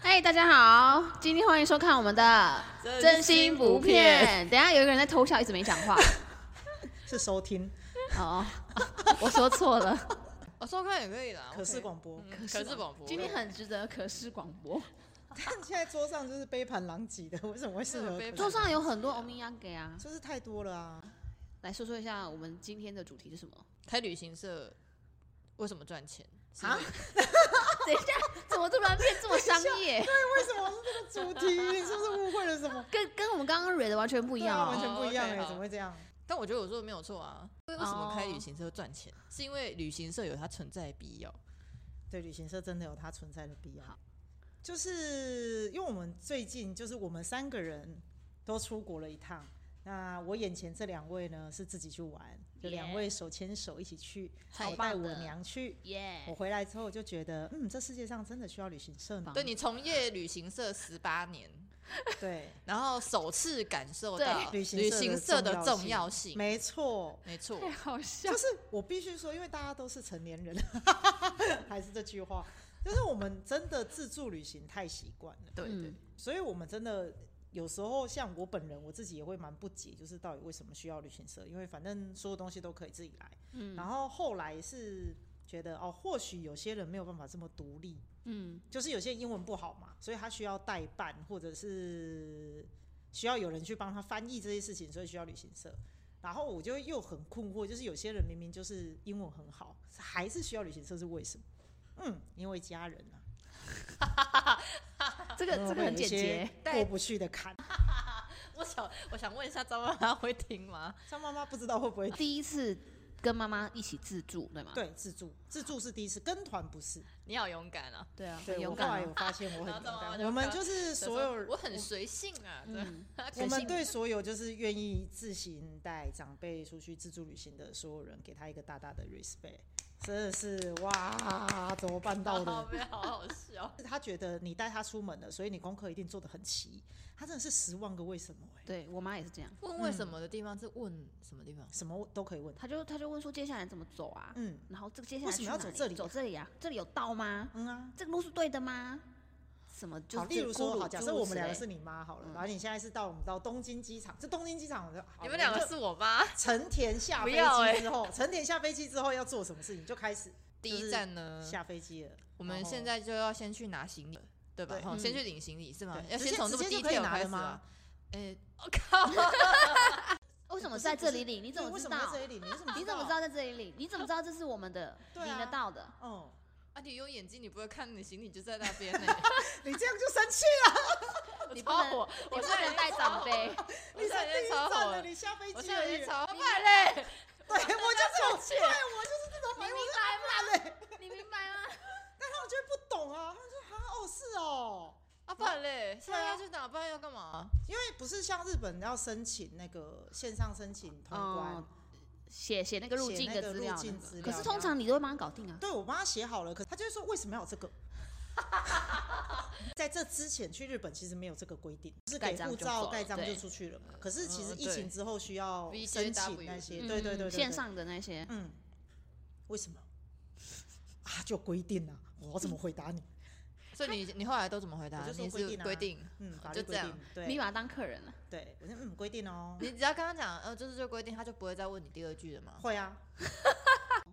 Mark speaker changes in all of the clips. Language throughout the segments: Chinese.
Speaker 1: 嗨，大家好，今天欢迎收看我们的
Speaker 2: 真
Speaker 1: 真心
Speaker 2: 心
Speaker 1: 不
Speaker 2: 不骗
Speaker 1: 骗。等一下有一个人在偷笑，一直没 讲话。
Speaker 3: 是收听，
Speaker 1: 哦， 哦我说错了。
Speaker 2: 我哦收看也可以啦，
Speaker 3: 可视
Speaker 2: OK
Speaker 3: 广播。
Speaker 2: 嗯可视广 播
Speaker 1: 今天很值得可视广播，
Speaker 3: 看现在桌上就是杯盘狼藉的，为 什么会适
Speaker 2: 那
Speaker 3: 合
Speaker 2: 有杯
Speaker 3: 可视？
Speaker 2: 盘
Speaker 1: 桌上有很多欧米亚给啊。
Speaker 3: 就是太多了啊！
Speaker 1: 来说说一下我们今天的主题是什么？
Speaker 2: 开旅行社为什么赚钱？是
Speaker 1: 啊
Speaker 2: 因为
Speaker 1: 等一下，怎么突然变这么商 业？
Speaker 3: 为什么是这个主题？你是不是误会了什么？
Speaker 1: 跟跟我们刚刚蕊的完全不
Speaker 3: 不
Speaker 1: 一样
Speaker 3: 完
Speaker 1: 哦。
Speaker 3: 全不一样哎、
Speaker 2: 哦，OK，好
Speaker 3: 怎么会这样？
Speaker 2: 但我觉得我说的没有错啊。为什么开旅行社会赚钱？是因为旅行社有它存在的必要。
Speaker 3: 对，旅行社真的有它存在的必要
Speaker 1: 好。
Speaker 3: 就是因为我们最近就是我们三个人都出国了一趟，那我眼前这两位呢是自己去玩，就
Speaker 1: Yeah
Speaker 3: 两位手牵手一起去，
Speaker 1: 好
Speaker 3: 我带
Speaker 1: 棒
Speaker 3: 我
Speaker 1: 的
Speaker 3: 娘去。我
Speaker 1: 耶！
Speaker 3: 回来之后就觉得，嗯，这世界上真的需要旅行社呢。
Speaker 2: 对你从业旅行社十八年，
Speaker 3: 对，
Speaker 2: 然后首次感受到
Speaker 3: 对
Speaker 2: 旅
Speaker 3: 旅行社的
Speaker 2: 行社的重要性。
Speaker 3: 没错，
Speaker 2: 没错，
Speaker 1: 太好笑
Speaker 3: 就。是我必须说，因为大家都是成年人， 还是这句话，就是我们真的自助旅行太习惯了，
Speaker 2: 对对
Speaker 1: 嗯，
Speaker 3: 所以我们真的有时候像我本人，我自己也会蛮不解，就是到底为什么需要旅行社？因为反正所有东西都可以自己来。
Speaker 1: 嗯
Speaker 3: 然后后来是觉得哦，或许有些人没有办法这么独立，
Speaker 1: 嗯，
Speaker 3: 就是有些英文不好嘛，所以他需要代办，或者是需要有人去帮他翻译这些事情，所以需要旅行社。然后我就又很困惑，就是有些人明明就是英文很好，还是需要旅行社，是为什么？嗯，因为家人啊，
Speaker 1: 这个这个很简洁。
Speaker 3: 会有一些过不去的坎。
Speaker 2: 我想我想问一下张妈妈会听吗？
Speaker 3: 张妈妈不知道会不 会
Speaker 1: 第一次跟妈妈一起自助，对吗？
Speaker 3: 对自助，自助是第一次，跟团不是。
Speaker 2: 你好勇敢啊！
Speaker 1: 对啊，很
Speaker 3: 对
Speaker 1: 勇
Speaker 3: 我后来
Speaker 1: 敢哦。
Speaker 3: 有发现我很
Speaker 2: 然后
Speaker 3: 勇
Speaker 2: 张妈妈
Speaker 3: 敢，
Speaker 2: 就
Speaker 3: 我们
Speaker 2: 看
Speaker 3: 就是所有
Speaker 2: 我很随性啊，对，
Speaker 1: 嗯，
Speaker 3: 我
Speaker 1: 随
Speaker 3: 们
Speaker 1: 性
Speaker 3: 对所有就是愿意自行带长辈出去自助旅行的所有人，给他一个大大的 respect，真的是哇，怎么办到
Speaker 2: 好
Speaker 3: 的？ 嗯
Speaker 2: 没有好好笑。
Speaker 3: 他觉得你带他出门了，所以你功课一定做得很齐。他真的是十万个为什么、欸，
Speaker 1: 对我妈也是这样，
Speaker 2: 问为什么的地方是问什么地方？
Speaker 3: 什么都可以问他。
Speaker 1: 她就她就问说接下来怎么走啊？
Speaker 3: 嗯
Speaker 1: 然后这个接下来
Speaker 3: 为什么要
Speaker 1: 去哪
Speaker 3: 走这里啊
Speaker 1: 走这里啊？这里有道吗？
Speaker 3: 嗯啊，
Speaker 1: 这个路是对的吗？什么就
Speaker 3: 好，
Speaker 1: 是
Speaker 3: 例如
Speaker 1: 咕
Speaker 3: 说，
Speaker 1: 噜
Speaker 3: 好，假设我们两个，
Speaker 1: 诸
Speaker 3: 是
Speaker 1: 如此类
Speaker 3: 你妈好了，
Speaker 1: 嗯
Speaker 3: 然后你现在是到我们到东京机场，这东京机场我就好
Speaker 2: 你们两个
Speaker 3: 就是
Speaker 2: 我妈。
Speaker 3: 成田
Speaker 2: 不
Speaker 3: 下飞
Speaker 2: 要欸
Speaker 3: 机之后，成田下飞机之后要做什么事情就开始
Speaker 2: 第一站呢，
Speaker 3: 下飞机了。
Speaker 2: 我们
Speaker 3: 然后
Speaker 2: 现在就要先去拿行李，对吧？
Speaker 3: 对
Speaker 2: 哈，
Speaker 1: 嗯
Speaker 2: 先去领行李是吗？
Speaker 3: 对
Speaker 2: 要
Speaker 3: 直
Speaker 2: 先
Speaker 3: 接
Speaker 2: 从这
Speaker 3: 直
Speaker 2: 么
Speaker 3: 接
Speaker 2: 低
Speaker 3: 就可以
Speaker 2: 调
Speaker 3: 拿
Speaker 2: 开
Speaker 3: 了
Speaker 2: 始吗
Speaker 3: 吗？
Speaker 2: 诶， 我靠！
Speaker 1: 为什么
Speaker 3: 不是
Speaker 1: 在
Speaker 3: 不
Speaker 1: 这
Speaker 3: 是
Speaker 1: 里领？你
Speaker 3: 你
Speaker 1: 怎么
Speaker 3: 为
Speaker 1: 知
Speaker 3: 什么
Speaker 1: 道
Speaker 3: 在？这里领？你怎么
Speaker 1: 你怎么知？道在这里领？你怎么知道这是我们的
Speaker 3: 啊 对
Speaker 1: 领
Speaker 3: 啊
Speaker 1: 得到的？
Speaker 3: 哦，
Speaker 2: 啊，你有眼睛，你不会看你行李就在那边 呢。
Speaker 3: 你这样就生气，
Speaker 2: 你
Speaker 1: 你
Speaker 2: 包
Speaker 1: 不能
Speaker 2: 我，
Speaker 1: 你
Speaker 2: 我
Speaker 1: 不
Speaker 2: 现在
Speaker 1: 能带长辈，
Speaker 2: 我
Speaker 3: 你
Speaker 2: 现
Speaker 3: 才
Speaker 2: 在已经
Speaker 3: 第一
Speaker 2: 超
Speaker 3: 站
Speaker 2: 火
Speaker 3: 了，
Speaker 2: 了，
Speaker 3: 你下飞
Speaker 2: 我
Speaker 3: 机
Speaker 2: 现在
Speaker 3: 而
Speaker 2: 已
Speaker 3: 已。
Speaker 2: 经
Speaker 3: 对
Speaker 2: 超慢嘞。
Speaker 3: 我就是这种，对我就是这种
Speaker 1: 你
Speaker 3: 反
Speaker 1: 明
Speaker 3: 应，我
Speaker 1: 白吗？你明白吗？
Speaker 3: 但他们就会不懂啊，他们说啊，哦是哦，
Speaker 2: 啊，不然嘞，现在
Speaker 3: 对
Speaker 2: 要
Speaker 3: 啊
Speaker 2: 去哪？不然要干嘛？
Speaker 3: 因为不是像日本要申请那个线上申请通关
Speaker 1: 哦，写写那个入
Speaker 3: 写
Speaker 1: 境
Speaker 3: 那
Speaker 1: 的
Speaker 3: 个
Speaker 1: 资
Speaker 3: 入
Speaker 1: 料
Speaker 3: 境
Speaker 1: 那
Speaker 3: 资
Speaker 1: 个，可
Speaker 3: 料
Speaker 1: 是通
Speaker 3: 那
Speaker 1: 常你都会帮他搞定啊。
Speaker 3: 对我帮他写好了，可他就会说为什么要有这个？ 在这之前去日本其实没有这个规定，就是
Speaker 1: 盖
Speaker 3: 给
Speaker 1: 章
Speaker 3: 护
Speaker 1: 就走
Speaker 3: 照
Speaker 1: 了
Speaker 3: 盖章
Speaker 1: 对
Speaker 3: 就出去了嘛。可是其实
Speaker 2: 嗯
Speaker 3: 疫
Speaker 2: 对
Speaker 3: 情之后需要
Speaker 2: VJW
Speaker 3: 申请那些，
Speaker 2: 嗯
Speaker 3: 对对对对，
Speaker 1: 线
Speaker 3: 对，
Speaker 1: 上的那些，
Speaker 3: 嗯，为什么啊？就规定啊，我怎么回答你？
Speaker 2: 所以你你后来都怎么回答？
Speaker 3: 我就说
Speaker 2: 你
Speaker 3: 规
Speaker 2: 是
Speaker 3: 定啊
Speaker 2: 规定，
Speaker 3: 嗯，法律
Speaker 2: 就这
Speaker 3: 规
Speaker 2: 样
Speaker 3: 定，
Speaker 1: 你
Speaker 3: 对
Speaker 1: 把他当客人了。啊
Speaker 3: 对，我说嗯，规定哦，
Speaker 2: 你只要跟他讲，呃，就是这个规定，他就不会再问你第二句了嘛。
Speaker 3: 会啊，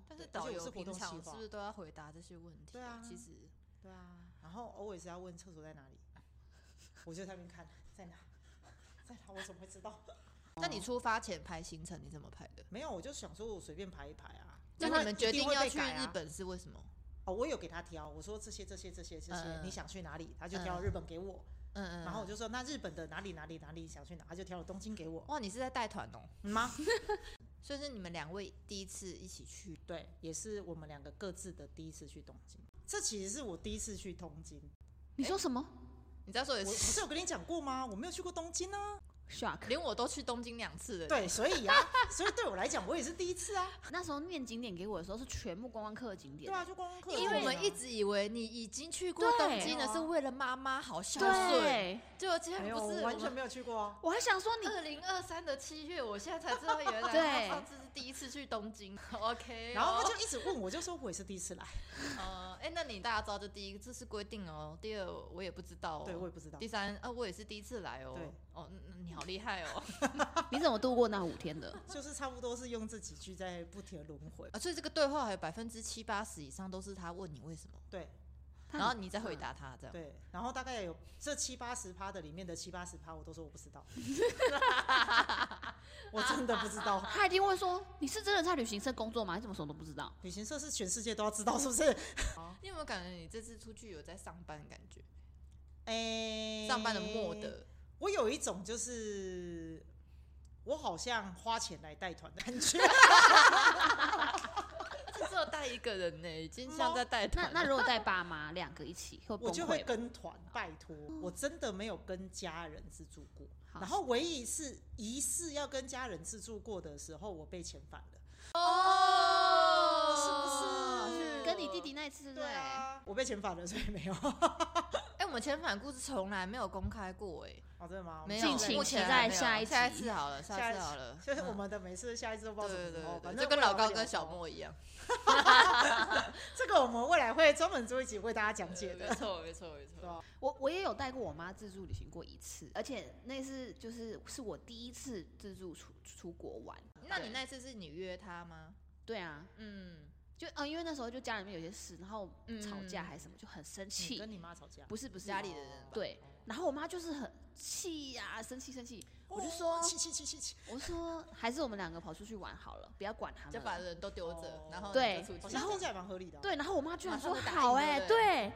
Speaker 2: 但是
Speaker 3: 对
Speaker 2: 导
Speaker 3: 而且我
Speaker 2: 游
Speaker 3: 是活
Speaker 2: 平
Speaker 3: 动
Speaker 2: 常
Speaker 3: 计
Speaker 2: 是
Speaker 3: 划
Speaker 2: 不是都要回答这些问题？
Speaker 3: 对啊
Speaker 2: 其实
Speaker 3: 对啊，然后偶尔是要问厕所在哪里，我就在那边看在哪， 在哪，我怎么会知道？哦
Speaker 2: 那你出发前排行程你怎么排的？
Speaker 3: 没有，我就想说我随便排一排啊。
Speaker 2: 那
Speaker 3: 因为
Speaker 2: 你们决
Speaker 3: 一定
Speaker 2: 定
Speaker 3: 会
Speaker 2: 要
Speaker 3: 被
Speaker 2: 去
Speaker 3: 改啊
Speaker 2: 日本是为什么？
Speaker 3: 哦，我有给他挑，我说这些这些这些这些，
Speaker 2: 嗯
Speaker 3: 你想去哪里？他就
Speaker 2: 嗯
Speaker 3: 挑日本给我，
Speaker 2: 嗯嗯。
Speaker 3: 然后我就说那日本的哪里哪里哪里想去哪，他就挑了东京给我。
Speaker 2: 哇，你是在带团哦，
Speaker 3: 嗯吗？
Speaker 2: 所以是你们两位第一次一起去，
Speaker 3: 对，也是我们两个各自的第一次去东京。这其实是我第一次去东京，
Speaker 1: 你说什么
Speaker 2: 你再说
Speaker 3: 我
Speaker 2: 一
Speaker 3: 不
Speaker 2: 次，
Speaker 3: 呃是有跟你讲过吗？我没有去过东京啊。
Speaker 1: ？Shock。
Speaker 2: 连我都去东京两次了。，
Speaker 3: 对，所以啊， 所以对我来讲，我也是第一 次啊。
Speaker 1: 那时候念景点给我的时候是全部观光客的景
Speaker 3: 对
Speaker 1: 点，
Speaker 3: 啊，就观光客而已啊，
Speaker 2: 因为我们一直以为你已经去过
Speaker 1: 对
Speaker 2: 东京了，
Speaker 3: 没有啊
Speaker 2: 是为了妈妈好孝顺，
Speaker 1: 对，
Speaker 2: 结果今
Speaker 3: 没
Speaker 2: 天
Speaker 3: 有，
Speaker 2: 不
Speaker 3: 我
Speaker 2: 是
Speaker 3: 哎完全。没有去过啊。
Speaker 1: 我还想说你
Speaker 2: 二零二三的七月，我现在才知道，原来
Speaker 1: 对
Speaker 2: 他上次是第一次去去东京 ，OK 哦。
Speaker 3: 然后他就一直问我，就说我也是第一次来，
Speaker 2: 呃，哎，那你大家知道，这第一这是规定哦。第二，我也不知道哦。
Speaker 3: 对我也不知道
Speaker 2: 第。三，啊，我也是第一次来哦。
Speaker 3: 对。
Speaker 2: 哦，嗯嗯你好厉害 哦。
Speaker 1: 你怎么度过那五天的？
Speaker 3: 就是差不多是用这几句在不停的轮回。
Speaker 2: 啊，所以这个对话还有百分之七八十以上都是他问你为什么，
Speaker 3: 对
Speaker 1: 他
Speaker 2: 然后你再回答他这样。
Speaker 3: 对，然后大概有这七八十趴的里面的七八十趴，我都说我不知 道，我真的不知道。
Speaker 1: 他一定会说：“你是真的在旅行社工作吗？你怎么什么都不知道
Speaker 3: 旅行社是全世界都要知道，是不是？
Speaker 2: 你有没有感觉你这次出去有在上班的感觉？
Speaker 3: 哎、
Speaker 2: 上班的莫。德，
Speaker 3: 我有一种就是，我好像花钱来带团的感 觉。
Speaker 2: 这只有带一个人呢，已经
Speaker 3: 猫
Speaker 2: 像在
Speaker 1: 那
Speaker 2: 带？”团了。
Speaker 1: 那如果带爸妈两个一起，会
Speaker 3: 我
Speaker 1: 崩
Speaker 3: 就会
Speaker 1: 溃吗？
Speaker 3: 跟团，拜托，我真的没有跟家人自助过。
Speaker 1: 好
Speaker 3: 然后唯一一次疑似要跟家人自助过的时候，我被遣返了。
Speaker 2: 哦，
Speaker 3: 是不是
Speaker 1: 跟你弟弟那一次，对
Speaker 2: 嗯
Speaker 1: 不对？
Speaker 3: 啊，我被遣返了，所以 没有。
Speaker 2: 哎、我们遣返故事从来没有公开过、
Speaker 3: 哦，真的吗
Speaker 2: 哎，？没有，
Speaker 1: 敬请
Speaker 2: 目前
Speaker 1: 期待
Speaker 2: 还没有
Speaker 1: 下一集
Speaker 2: 下一次好了，下
Speaker 3: 下
Speaker 2: 一
Speaker 3: 一
Speaker 2: 次
Speaker 3: 次
Speaker 2: 好了，
Speaker 3: 就是我们的每次下一次都不
Speaker 2: 嗯。
Speaker 3: 知道
Speaker 2: 对
Speaker 3: 什么
Speaker 2: 对
Speaker 3: 时候，反
Speaker 2: 对，
Speaker 3: 正
Speaker 2: 就跟
Speaker 3: 未来
Speaker 2: 老高
Speaker 3: 会聊
Speaker 2: 跟小
Speaker 3: 到
Speaker 2: 莫一样，
Speaker 3: 这个我们未来会专门做一集为大家讲解
Speaker 2: 对
Speaker 3: 的。
Speaker 2: 没错没错没
Speaker 3: 对
Speaker 2: 错
Speaker 3: 啊。
Speaker 1: 我我也有带过我妈自助旅行过一次，而且那次就是是我第一次自助出出国玩。
Speaker 2: 那你那次是你约他吗？
Speaker 1: 对啊，
Speaker 2: 嗯，
Speaker 1: 就呃，因为那时候就家里面有些事，然后
Speaker 2: 嗯
Speaker 1: 吵架还是什么，就很生
Speaker 3: 你
Speaker 1: 气。
Speaker 3: 跟你妈吵架，
Speaker 1: 不是不是
Speaker 2: 家里的人吧
Speaker 1: 对，然后我妈就是很气呀、生气生气。我就
Speaker 3: 哦
Speaker 1: 说
Speaker 3: 气气气气气，
Speaker 1: 我说还是我们两个跑出去玩好了，不要管他
Speaker 2: 就
Speaker 1: 们
Speaker 2: 把
Speaker 1: 了。
Speaker 2: 人都丢着
Speaker 3: 哦，
Speaker 2: 然后
Speaker 1: 对
Speaker 2: 你就出
Speaker 3: 好
Speaker 2: 去
Speaker 3: 像听起来蛮合理的啊。
Speaker 1: 对，然后我妈居然
Speaker 2: 马上
Speaker 1: 说
Speaker 2: 就答应
Speaker 1: 好哎、
Speaker 2: 对不
Speaker 1: 对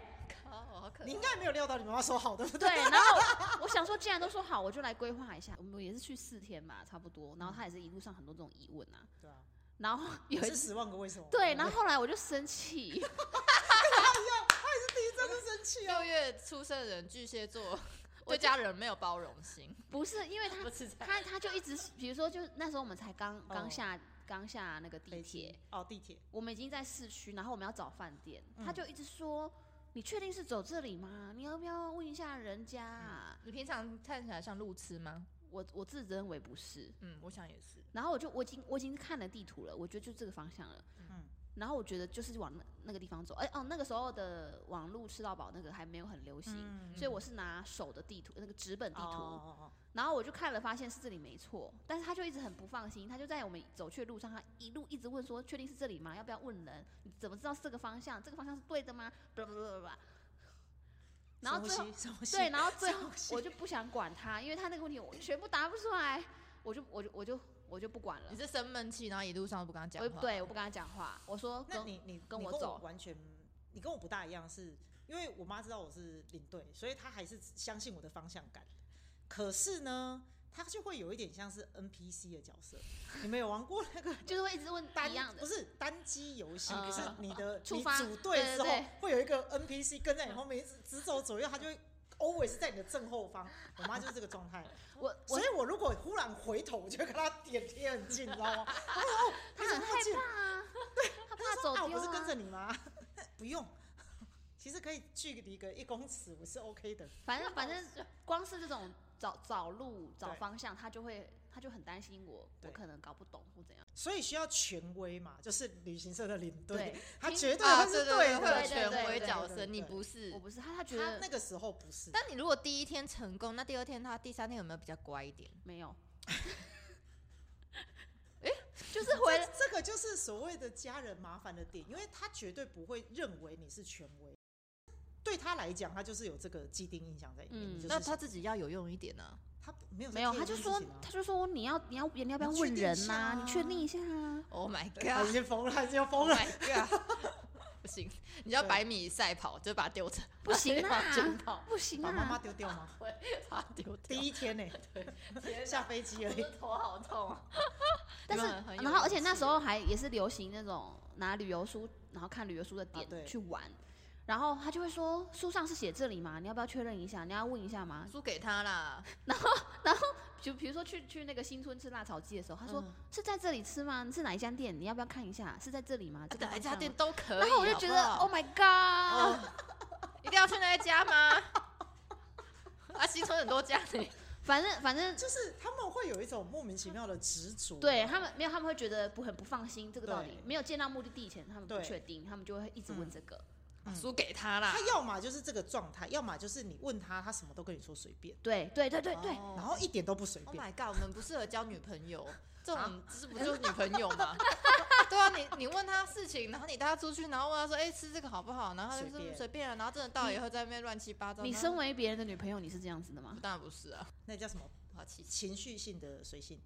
Speaker 2: 哦， 好可
Speaker 3: 你
Speaker 2: 爱
Speaker 3: 应。该没有料到你妈妈说好，对不对？
Speaker 1: 对，然后我想说，既然都说好，我就来规划一下。我们也是去四天嘛，差不多。然后她也是一路上很多这种疑问啊。
Speaker 3: 对啊，
Speaker 1: 然后有一
Speaker 3: 是
Speaker 1: 次，
Speaker 3: 十万个为什么。
Speaker 1: 对，然后后来我就生气，
Speaker 3: 你真的生气啊！
Speaker 2: 六月出生的人，巨蟹 座，
Speaker 1: 我
Speaker 2: 对
Speaker 1: 就
Speaker 2: 家人没有包容心，
Speaker 1: 不是因为她
Speaker 2: 不是这样。
Speaker 1: 她她就一直，比如说，就那时候我们才刚刚
Speaker 3: 哦
Speaker 1: 下刚下那个地
Speaker 3: 飞
Speaker 1: 铁
Speaker 3: 机，哦，地铁，
Speaker 1: 我们已经在市区，然后我们要找饭店，他
Speaker 3: 嗯
Speaker 1: 就一直说：“你确定是走这里吗？你要不要问一下人家啊、
Speaker 2: 你平常看起来像路痴吗？
Speaker 1: 我我自认为不是，
Speaker 2: 嗯，我想也是。
Speaker 1: 然后我就我已经我已经看了地图了，我觉得就这个方向了。
Speaker 3: 嗯
Speaker 1: 然后我觉得就是往那那个地方走。哎、哦，那个时候的网络吃到饱那个还没有很流行，
Speaker 3: 嗯
Speaker 1: 所以我是拿手的地图，那个纸本地图，
Speaker 3: 哦哦哦
Speaker 1: 然后我就看了，发现是这里没错，但是他就一直很不放心，他就在我们走去的路上，他一路一直问说：“确定是这里吗？要不要问人？你怎么知道是这个方向？这个方向是对的吗？”不不不不然后
Speaker 3: 深
Speaker 1: 最后
Speaker 3: 呼吸，深呼吸
Speaker 1: 对，然后最后
Speaker 3: 深呼吸
Speaker 1: 我就不想管他，因为他那个问题我全部答不出来，我就我就我就我就不管了
Speaker 2: 你，是生闷气，然后一路上都不跟他讲
Speaker 1: 我
Speaker 2: 话。
Speaker 1: 对我不跟他讲话，我说
Speaker 3: 那
Speaker 1: 跟
Speaker 3: 你你
Speaker 1: 跟
Speaker 3: 你
Speaker 1: 我
Speaker 3: 我
Speaker 1: 走
Speaker 3: 完全，你跟我不大一样是，因为我妈知道我是领队，所以她还是相信我的方向感。可是呢，她就会有一点像是 NPC 的角色。你们有玩过那个
Speaker 1: 就是会一直问
Speaker 3: 单
Speaker 1: 一样的
Speaker 3: 不，是单机游戏，
Speaker 1: 嗯
Speaker 3: 可是你的
Speaker 1: 触
Speaker 3: 你
Speaker 1: 发
Speaker 3: 组队的时
Speaker 1: 对对嗯
Speaker 3: 候会有一个 NPC 跟在你后面，一直直走左右，他就会 always 在你的正后方。我妈就是这个状态。
Speaker 1: 我
Speaker 3: 所
Speaker 1: 我
Speaker 3: 以我如果忽然回头，我就跟他点贴很近，你知道 吗？哦
Speaker 1: 他很害怕啊， 他怕走
Speaker 3: 啊，我
Speaker 1: 丢
Speaker 3: 不是跟着
Speaker 1: 啊，
Speaker 3: 你吗？ 不用，其实可以距离个一公尺，我是 OK 的。
Speaker 1: 反 正反正光是这种找找路、找
Speaker 3: 对
Speaker 1: 方向，他就会他就很担心我，我
Speaker 3: 对
Speaker 1: 可能搞不懂或怎样。
Speaker 3: 所以需要权威嘛，就是旅行社的领队，
Speaker 1: 对
Speaker 3: 他
Speaker 1: 听
Speaker 3: 绝
Speaker 2: 啊，
Speaker 3: 会
Speaker 2: 对
Speaker 3: 是
Speaker 2: 对，
Speaker 3: 的。
Speaker 2: 会有
Speaker 1: 对对
Speaker 2: 权
Speaker 1: 对
Speaker 2: 威
Speaker 1: 对
Speaker 2: 角
Speaker 3: 对
Speaker 2: 色，
Speaker 3: 对
Speaker 2: 你
Speaker 3: 对
Speaker 2: 不是
Speaker 1: 我。不是他，他觉
Speaker 3: 他
Speaker 1: 得
Speaker 3: 那个时候不是，
Speaker 2: 但你如果第一天成功，那第二天他第三天有没有比较乖一点？
Speaker 1: 没 有，
Speaker 2: 就是回
Speaker 3: 这这个就是所谓的家人麻烦的点，因为他绝对不会认为你是权威。对他来讲，他就是有这个既定印象在里面。
Speaker 1: 嗯
Speaker 3: 你就是
Speaker 2: 那他自己要有用一点啊呢、
Speaker 3: 他没有在
Speaker 1: 没有，
Speaker 3: 介意
Speaker 1: 他就
Speaker 3: 这件
Speaker 1: 说
Speaker 3: 事情啊
Speaker 1: 他就说你要你要你要不要
Speaker 3: 你确
Speaker 1: 问
Speaker 3: 定一
Speaker 1: 人
Speaker 3: 下
Speaker 1: 呐、
Speaker 3: 啊
Speaker 1: 你确定一下啊。
Speaker 2: Oh my
Speaker 3: 他已
Speaker 2: god！Oh
Speaker 3: 经疯了，他已经 疯了。
Speaker 2: Oh my god！不行，你要百米赛跑，就把它丢着，
Speaker 1: 不行
Speaker 2: 把它丢
Speaker 1: 啊
Speaker 2: 跑，，
Speaker 1: 不行
Speaker 3: 把妈妈
Speaker 1: 啊！
Speaker 3: 丢掉吗？
Speaker 2: 把它 丢
Speaker 3: 第
Speaker 2: 掉。
Speaker 3: 一天呢、啊
Speaker 2: 天
Speaker 3: 下飞机而已。
Speaker 2: 的头好痛啊！
Speaker 1: 但是
Speaker 2: 你们很，有
Speaker 1: 然后而且
Speaker 2: 勇
Speaker 1: 那
Speaker 2: 气
Speaker 1: 时候还也是流行那种拿旅游书，然后看旅游书的点
Speaker 2: 啊
Speaker 3: 对
Speaker 1: 去玩，然后他就会说书上是写这里吗？你要不要确认一下？你要问一下吗？
Speaker 2: 输给他啦。
Speaker 1: 就比如说去去那个新村吃辣炒鸡的时候，他说、
Speaker 2: 嗯
Speaker 1: 是在这里吃吗？是哪一家店？你要不要看一下？是在这里吗？这个
Speaker 2: 啊哪一
Speaker 1: 方
Speaker 2: 家
Speaker 1: 向
Speaker 2: 店
Speaker 1: 吗？
Speaker 2: 都可
Speaker 1: 然
Speaker 2: 以。
Speaker 1: 后我就觉得
Speaker 2: 好不好嗯
Speaker 1: Oh my God！、
Speaker 2: 哦，一定要去那一家吗？啊，西村很多家呢，
Speaker 1: 反正反正
Speaker 3: 就是他们会有一种莫名其妙的执着，
Speaker 1: 对他们没有，他们会觉得不很不放心这个道理
Speaker 3: 对，
Speaker 1: 没有见到目的地以前，他们不
Speaker 3: 对
Speaker 1: 确定，他们就会一直问这个。
Speaker 3: 嗯
Speaker 2: 输给他啦
Speaker 3: 他。要么就是这个状态，要么就是你问他，他什么都跟你说随便，
Speaker 1: 对对对对对，
Speaker 2: 哦
Speaker 3: 然后一点都不随
Speaker 2: Oh
Speaker 3: 便。
Speaker 2: my god，我们不适合交女朋友，这种
Speaker 4: 啊
Speaker 2: 这不就是女朋友吗？对啊，你你问他事情，然后你带他出去，然后问他说，哎、吃这个好不好？然后他就
Speaker 3: 随
Speaker 2: 说
Speaker 3: 便
Speaker 2: 随便啊，然后真的到了以后在那边乱七八糟。
Speaker 1: 你
Speaker 2: 然后
Speaker 1: 身为别人的女朋友，你是这样子的吗？
Speaker 2: 当然不是啊，
Speaker 3: 那叫什么？
Speaker 2: 好气气。
Speaker 3: 情绪性的随性。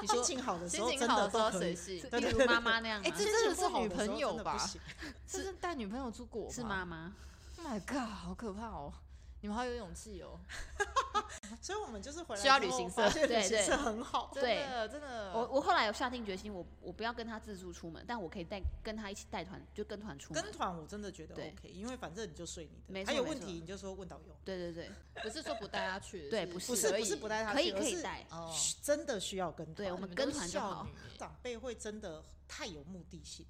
Speaker 2: 你
Speaker 3: 心
Speaker 2: 说
Speaker 3: 情好的时
Speaker 2: 心
Speaker 3: 候真
Speaker 2: 情好
Speaker 3: 的
Speaker 2: 的时候
Speaker 3: 都可
Speaker 2: 随
Speaker 3: 以，
Speaker 2: 性，
Speaker 1: 例如妈妈那 样吗
Speaker 2: 哎？这真的是女朋友吧
Speaker 3: 心情不好的时候真
Speaker 2: 这是
Speaker 3: 的不行
Speaker 2: 带女朋友出国吧
Speaker 1: 是妈妈，
Speaker 2: ？Oh my god，好可怕哦！你们好有勇气哦！
Speaker 3: 所以我们就是回来
Speaker 2: 需要
Speaker 3: 之后
Speaker 2: 旅行社
Speaker 3: 发现
Speaker 1: 对
Speaker 3: 旅行
Speaker 1: 对
Speaker 3: 社 很好。
Speaker 2: 真的真
Speaker 3: 嗯
Speaker 2: 的，
Speaker 1: 我我后来有下定决心，我我不要跟他自助出门，但我可以带跟他一起带团，就跟团出门
Speaker 3: 跟。团我真的觉得
Speaker 1: 对
Speaker 3: OK，因为反正你就睡你
Speaker 1: 没
Speaker 3: 的，
Speaker 1: 错
Speaker 3: 还有
Speaker 1: 没
Speaker 3: 问
Speaker 1: 错
Speaker 3: 题你就说问导游。
Speaker 1: 对对对，
Speaker 2: 不是说不带他去，
Speaker 1: 对不
Speaker 3: 不
Speaker 1: 是
Speaker 3: 是
Speaker 2: 可
Speaker 3: 不
Speaker 2: 以
Speaker 3: 是不带他
Speaker 1: 可以
Speaker 3: 去，
Speaker 1: 可
Speaker 3: 而
Speaker 1: 以
Speaker 3: 啊是
Speaker 1: 带，
Speaker 2: 哦，
Speaker 3: 嘘真的需要跟
Speaker 1: 对
Speaker 3: 团。
Speaker 1: 我们
Speaker 2: 你
Speaker 1: 跟
Speaker 2: 都是
Speaker 1: 团就
Speaker 2: 少
Speaker 1: 好
Speaker 2: 女欸耶
Speaker 3: 长辈会真的太有目的性，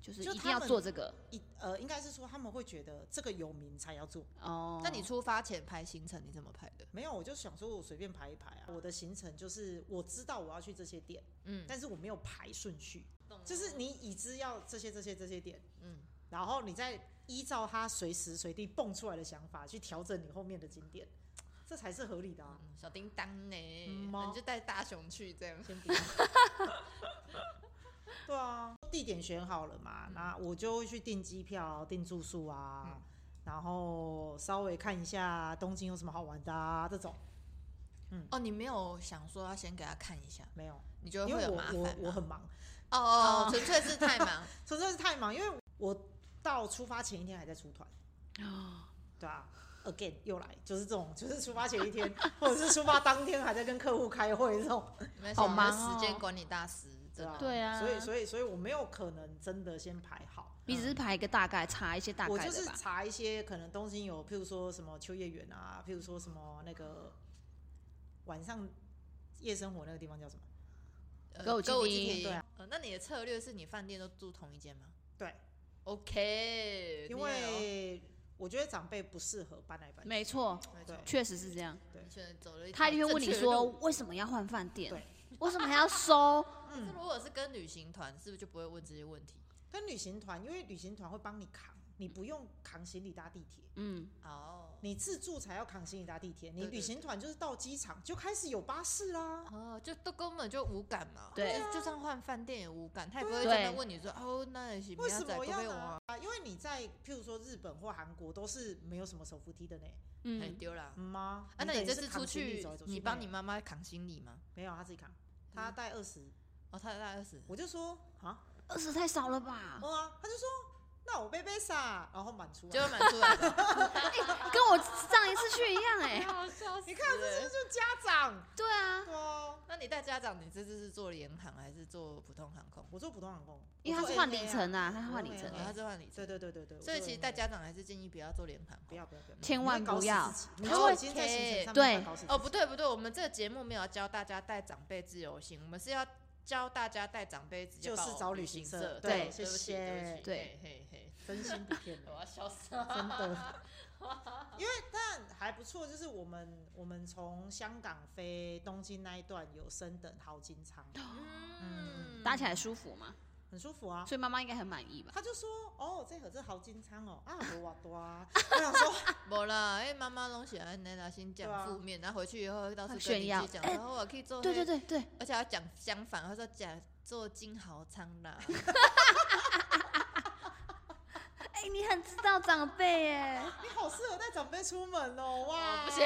Speaker 1: 就是
Speaker 3: 就
Speaker 1: 一定
Speaker 3: 他
Speaker 1: 要
Speaker 3: 们
Speaker 1: 做这个
Speaker 3: 一呃，应该是说他们会觉得这个有名才要做。
Speaker 1: 哦。
Speaker 2: 那你出发前排行程你怎么排的？
Speaker 3: 没有，我就想说我随便排一排啊，我的行程就是我知道我要去这些店，
Speaker 2: 嗯，
Speaker 3: 但是我没有排顺序，就是你已知要这些这些这些点，
Speaker 2: 嗯，
Speaker 3: 然后你再依照他随时随地蹦出来的想法去调整你后面的景点，这才是合理的啊。
Speaker 2: 嗯小叮当呢，
Speaker 3: 嗯吗
Speaker 2: 你就带大雄去这样。
Speaker 3: 先不要。 对啊，地点选好了嘛，那我就会去订机票、订住宿啊，
Speaker 2: 嗯
Speaker 3: 然后稍微看一下东京有什么好玩的啊，这种
Speaker 2: 哦，你没有想说要先给他看一下，
Speaker 3: 没有，
Speaker 2: 你觉得
Speaker 3: 因
Speaker 2: 会
Speaker 3: 为
Speaker 2: 有
Speaker 3: 我
Speaker 2: 麻烦啊
Speaker 3: 我
Speaker 2: 吗
Speaker 3: 我很忙，
Speaker 2: 哦哦，哦纯粹是太 忙。
Speaker 3: 实在是太忙，因为我到出发前一天还在出团，对啊。Again，又来就是这种，就是出发前一天，或者是出发当天还在跟客户开会这种，
Speaker 2: 没
Speaker 1: 好
Speaker 2: 想到
Speaker 1: 忙
Speaker 2: 时间
Speaker 1: 哦
Speaker 2: 管理大师，真的。
Speaker 1: 对啊
Speaker 3: 所以所以所以我没有可能真的先排好，
Speaker 1: 你只是排一个大概，查一些大
Speaker 3: 嗯我
Speaker 1: 概
Speaker 3: 就是
Speaker 1: 的吧。
Speaker 3: 查一些可能东京有，譬如说什么秋叶原啊，譬如说什么那个晚上夜生活那个地方叫什么？
Speaker 2: 呃
Speaker 1: 歌舞伎
Speaker 2: 歌舞
Speaker 1: 町
Speaker 2: 伎町
Speaker 3: 对啊
Speaker 2: 呃那你的策略是你饭店都住同一间吗？
Speaker 3: 对
Speaker 2: ，OK，哦
Speaker 3: 因
Speaker 2: 你也
Speaker 3: 为我觉得长辈不适合搬来搬去。
Speaker 1: 没错，
Speaker 2: 有没错
Speaker 3: 对，
Speaker 1: 确实是这样。
Speaker 2: 你选择走了一条
Speaker 1: 他一定会问
Speaker 2: 正
Speaker 1: 你
Speaker 2: 确的
Speaker 1: 说
Speaker 2: 路，
Speaker 1: 为什么要换饭店
Speaker 3: 对？
Speaker 1: 为什么还要 收？
Speaker 3: 嗯
Speaker 2: 可是如果是跟旅行团，是不是就不会问这些问题？
Speaker 3: 跟旅行团，因为旅行团会帮你扛，你不用扛行李搭地铁，
Speaker 1: 嗯，
Speaker 2: 哦
Speaker 3: 你自助才要扛行李搭地铁。你
Speaker 2: 对对
Speaker 3: 旅行团就是到机场就开始有巴士啦。
Speaker 2: 哦，就都根本就无感嘛，
Speaker 3: 啊
Speaker 1: 对
Speaker 2: 就就算换饭店也无感，他也不会
Speaker 1: 对啊
Speaker 2: 真的问你说，哦，那行不
Speaker 3: 为
Speaker 2: 要
Speaker 3: 什
Speaker 2: 再
Speaker 3: 么
Speaker 2: 不
Speaker 3: 要
Speaker 2: 被我
Speaker 3: 拿
Speaker 2: 啊，？
Speaker 3: 因为你在譬如说日本或韩国都是没有什么手扶梯的呢，
Speaker 2: 哎
Speaker 1: 嗯，
Speaker 2: 丢了。
Speaker 3: 嗯吗？
Speaker 2: 啊，那
Speaker 3: 等
Speaker 2: 你
Speaker 3: 于
Speaker 2: 这
Speaker 3: 是
Speaker 2: 次
Speaker 3: 扛
Speaker 2: 出
Speaker 3: 行李
Speaker 2: 去
Speaker 3: 走来走，去
Speaker 2: 你帮
Speaker 3: 呢
Speaker 2: 你嗯妈妈扛行李吗？
Speaker 3: 没有，他自己扛，他带二十、
Speaker 2: 哦，她大概二十，
Speaker 3: 我就说啊，
Speaker 1: 二十太少了吧？
Speaker 3: 哦啊，他就说那我背背啥，然后满出
Speaker 2: 结
Speaker 3: 来，
Speaker 2: 果满出来 了，
Speaker 1: 跟我上一次去一样哎。
Speaker 2: 好 笑死！
Speaker 3: 你看这是不是就家长？
Speaker 1: 对啊，
Speaker 3: 对啊，
Speaker 2: 那你带家长，你这次是坐联航还是坐普通航空？
Speaker 3: 我做普通航空，
Speaker 1: 因为他
Speaker 3: 我做
Speaker 1: 是换
Speaker 3: AA
Speaker 1: 里
Speaker 3: 啊，
Speaker 1: 程啊，他是
Speaker 3: 我
Speaker 1: 换
Speaker 3: 都
Speaker 1: 里
Speaker 3: 没
Speaker 1: 程
Speaker 2: 哦，
Speaker 3: 有
Speaker 1: 欸
Speaker 2: 他。是换里
Speaker 3: 对
Speaker 2: 程。
Speaker 3: 对对对对，
Speaker 2: 所以其实带
Speaker 3: 大家
Speaker 2: 家长还是建议不要坐联航。
Speaker 3: 不要不要不要，
Speaker 1: 千万
Speaker 3: 你会搞
Speaker 1: 不
Speaker 3: 死
Speaker 1: 要
Speaker 3: 自己你
Speaker 2: 他
Speaker 3: 就
Speaker 2: 会
Speaker 3: 已经在行程上
Speaker 1: 对
Speaker 3: 面会搞死
Speaker 2: 哦，
Speaker 3: 自
Speaker 2: 不
Speaker 3: 己，
Speaker 2: 对不对，我们这个节目没有教大家带长辈自由行，我们是要教大家带长辈直接
Speaker 3: 就是
Speaker 2: 报
Speaker 3: 找
Speaker 2: 旅
Speaker 3: 旅
Speaker 2: 行
Speaker 3: 行社
Speaker 2: 社。
Speaker 1: 对
Speaker 2: 对不起，
Speaker 3: 谢
Speaker 2: 对不
Speaker 3: 谢
Speaker 2: 起，
Speaker 1: 对
Speaker 2: 嘿嘿嘿，
Speaker 3: 真心不骗
Speaker 2: 我
Speaker 3: 人，
Speaker 2: 要笑死。
Speaker 3: 真的。因为但还不错，就是我们我们从香港飞东京那一段有升等豪金舱，
Speaker 2: 嗯，
Speaker 1: 搭起来舒服嘛，
Speaker 3: 很舒服啊。
Speaker 1: 所以妈妈应该很满意吧？
Speaker 3: 他就说：“哦，这盒这豪金仓哦，啊，多哇多啊。” 我想说，
Speaker 2: 没啦，哎，妈妈拢喜欢那那先讲负面，然后回去以后会到处跟
Speaker 1: 炫
Speaker 2: 邻
Speaker 1: 耀
Speaker 2: 居讲，然后我可以坐，
Speaker 1: 对对，对对，
Speaker 2: 而且要讲相反，他说讲坐金豪舱啦，
Speaker 1: 哎，你很知道长辈 哎，
Speaker 3: 你好适合带长辈出门哦，
Speaker 2: 哦
Speaker 3: 哇！
Speaker 2: 不行，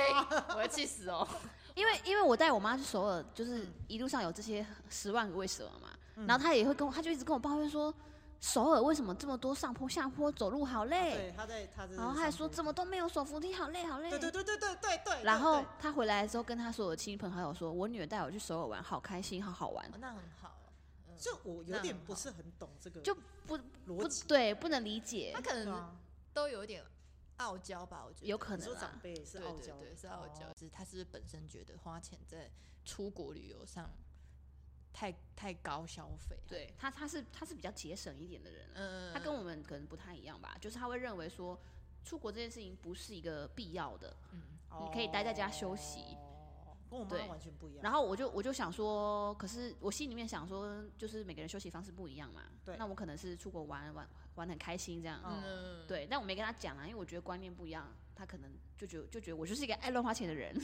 Speaker 2: 我会气死哦。
Speaker 1: 因为因为我带我妈去首尔，就是一路上有这些十万个为什么嘛，
Speaker 3: 嗯
Speaker 1: 然后她也会跟我，她就一直跟我抱怨说，首尔为什么这么多上坡下坡，走路好累，
Speaker 3: 啊对，他在他在，
Speaker 1: 然后她还说怎
Speaker 3: 么？
Speaker 1: 么都没有手扶梯，好累好累。
Speaker 3: 对对对对对对对。
Speaker 1: 然后
Speaker 3: 对
Speaker 1: 她回来之后，跟她所有亲朋好友说，我女儿带我去首尔玩，好开心，好好玩
Speaker 2: 哦，那很好哦，嗯
Speaker 3: 就我有点不是很懂这个
Speaker 1: 就不
Speaker 3: 逻
Speaker 1: 不
Speaker 3: 辑，啊
Speaker 1: 对，不能理解
Speaker 2: 他，可
Speaker 3: 对
Speaker 2: 能
Speaker 3: 啊
Speaker 2: 都有一点傲娇吧，我觉得
Speaker 1: 有可
Speaker 3: 你
Speaker 1: 能啊
Speaker 3: 说
Speaker 1: 啦
Speaker 3: 长。辈是
Speaker 2: 对
Speaker 3: 傲
Speaker 2: 对
Speaker 3: 娇，
Speaker 2: 对，是傲娇
Speaker 3: 哦。
Speaker 2: 就是他是不是本身觉得花钱在出国旅游上太太高消费？，
Speaker 1: 对她，她是她是比较节省一点的人啊
Speaker 2: 嗯，
Speaker 1: 他跟我们可能不太一样吧，就是他会认为说出国这件事情不是一个必要的，
Speaker 2: 嗯
Speaker 1: 你可以待在家休息
Speaker 3: 哦跟我妈
Speaker 1: 对
Speaker 3: 完全不一样。
Speaker 1: 然后我就我就想说，可是我心里面想说，就是每个人休息方式不一样嘛。
Speaker 3: 对
Speaker 1: 那我可能是出国玩玩玩得很开心这样。
Speaker 3: 嗯
Speaker 2: 嗯，
Speaker 1: 对，但我没跟他讲啊，因为我觉得观念不一样，他可能就觉得就觉得我就是一个爱乱花钱的人。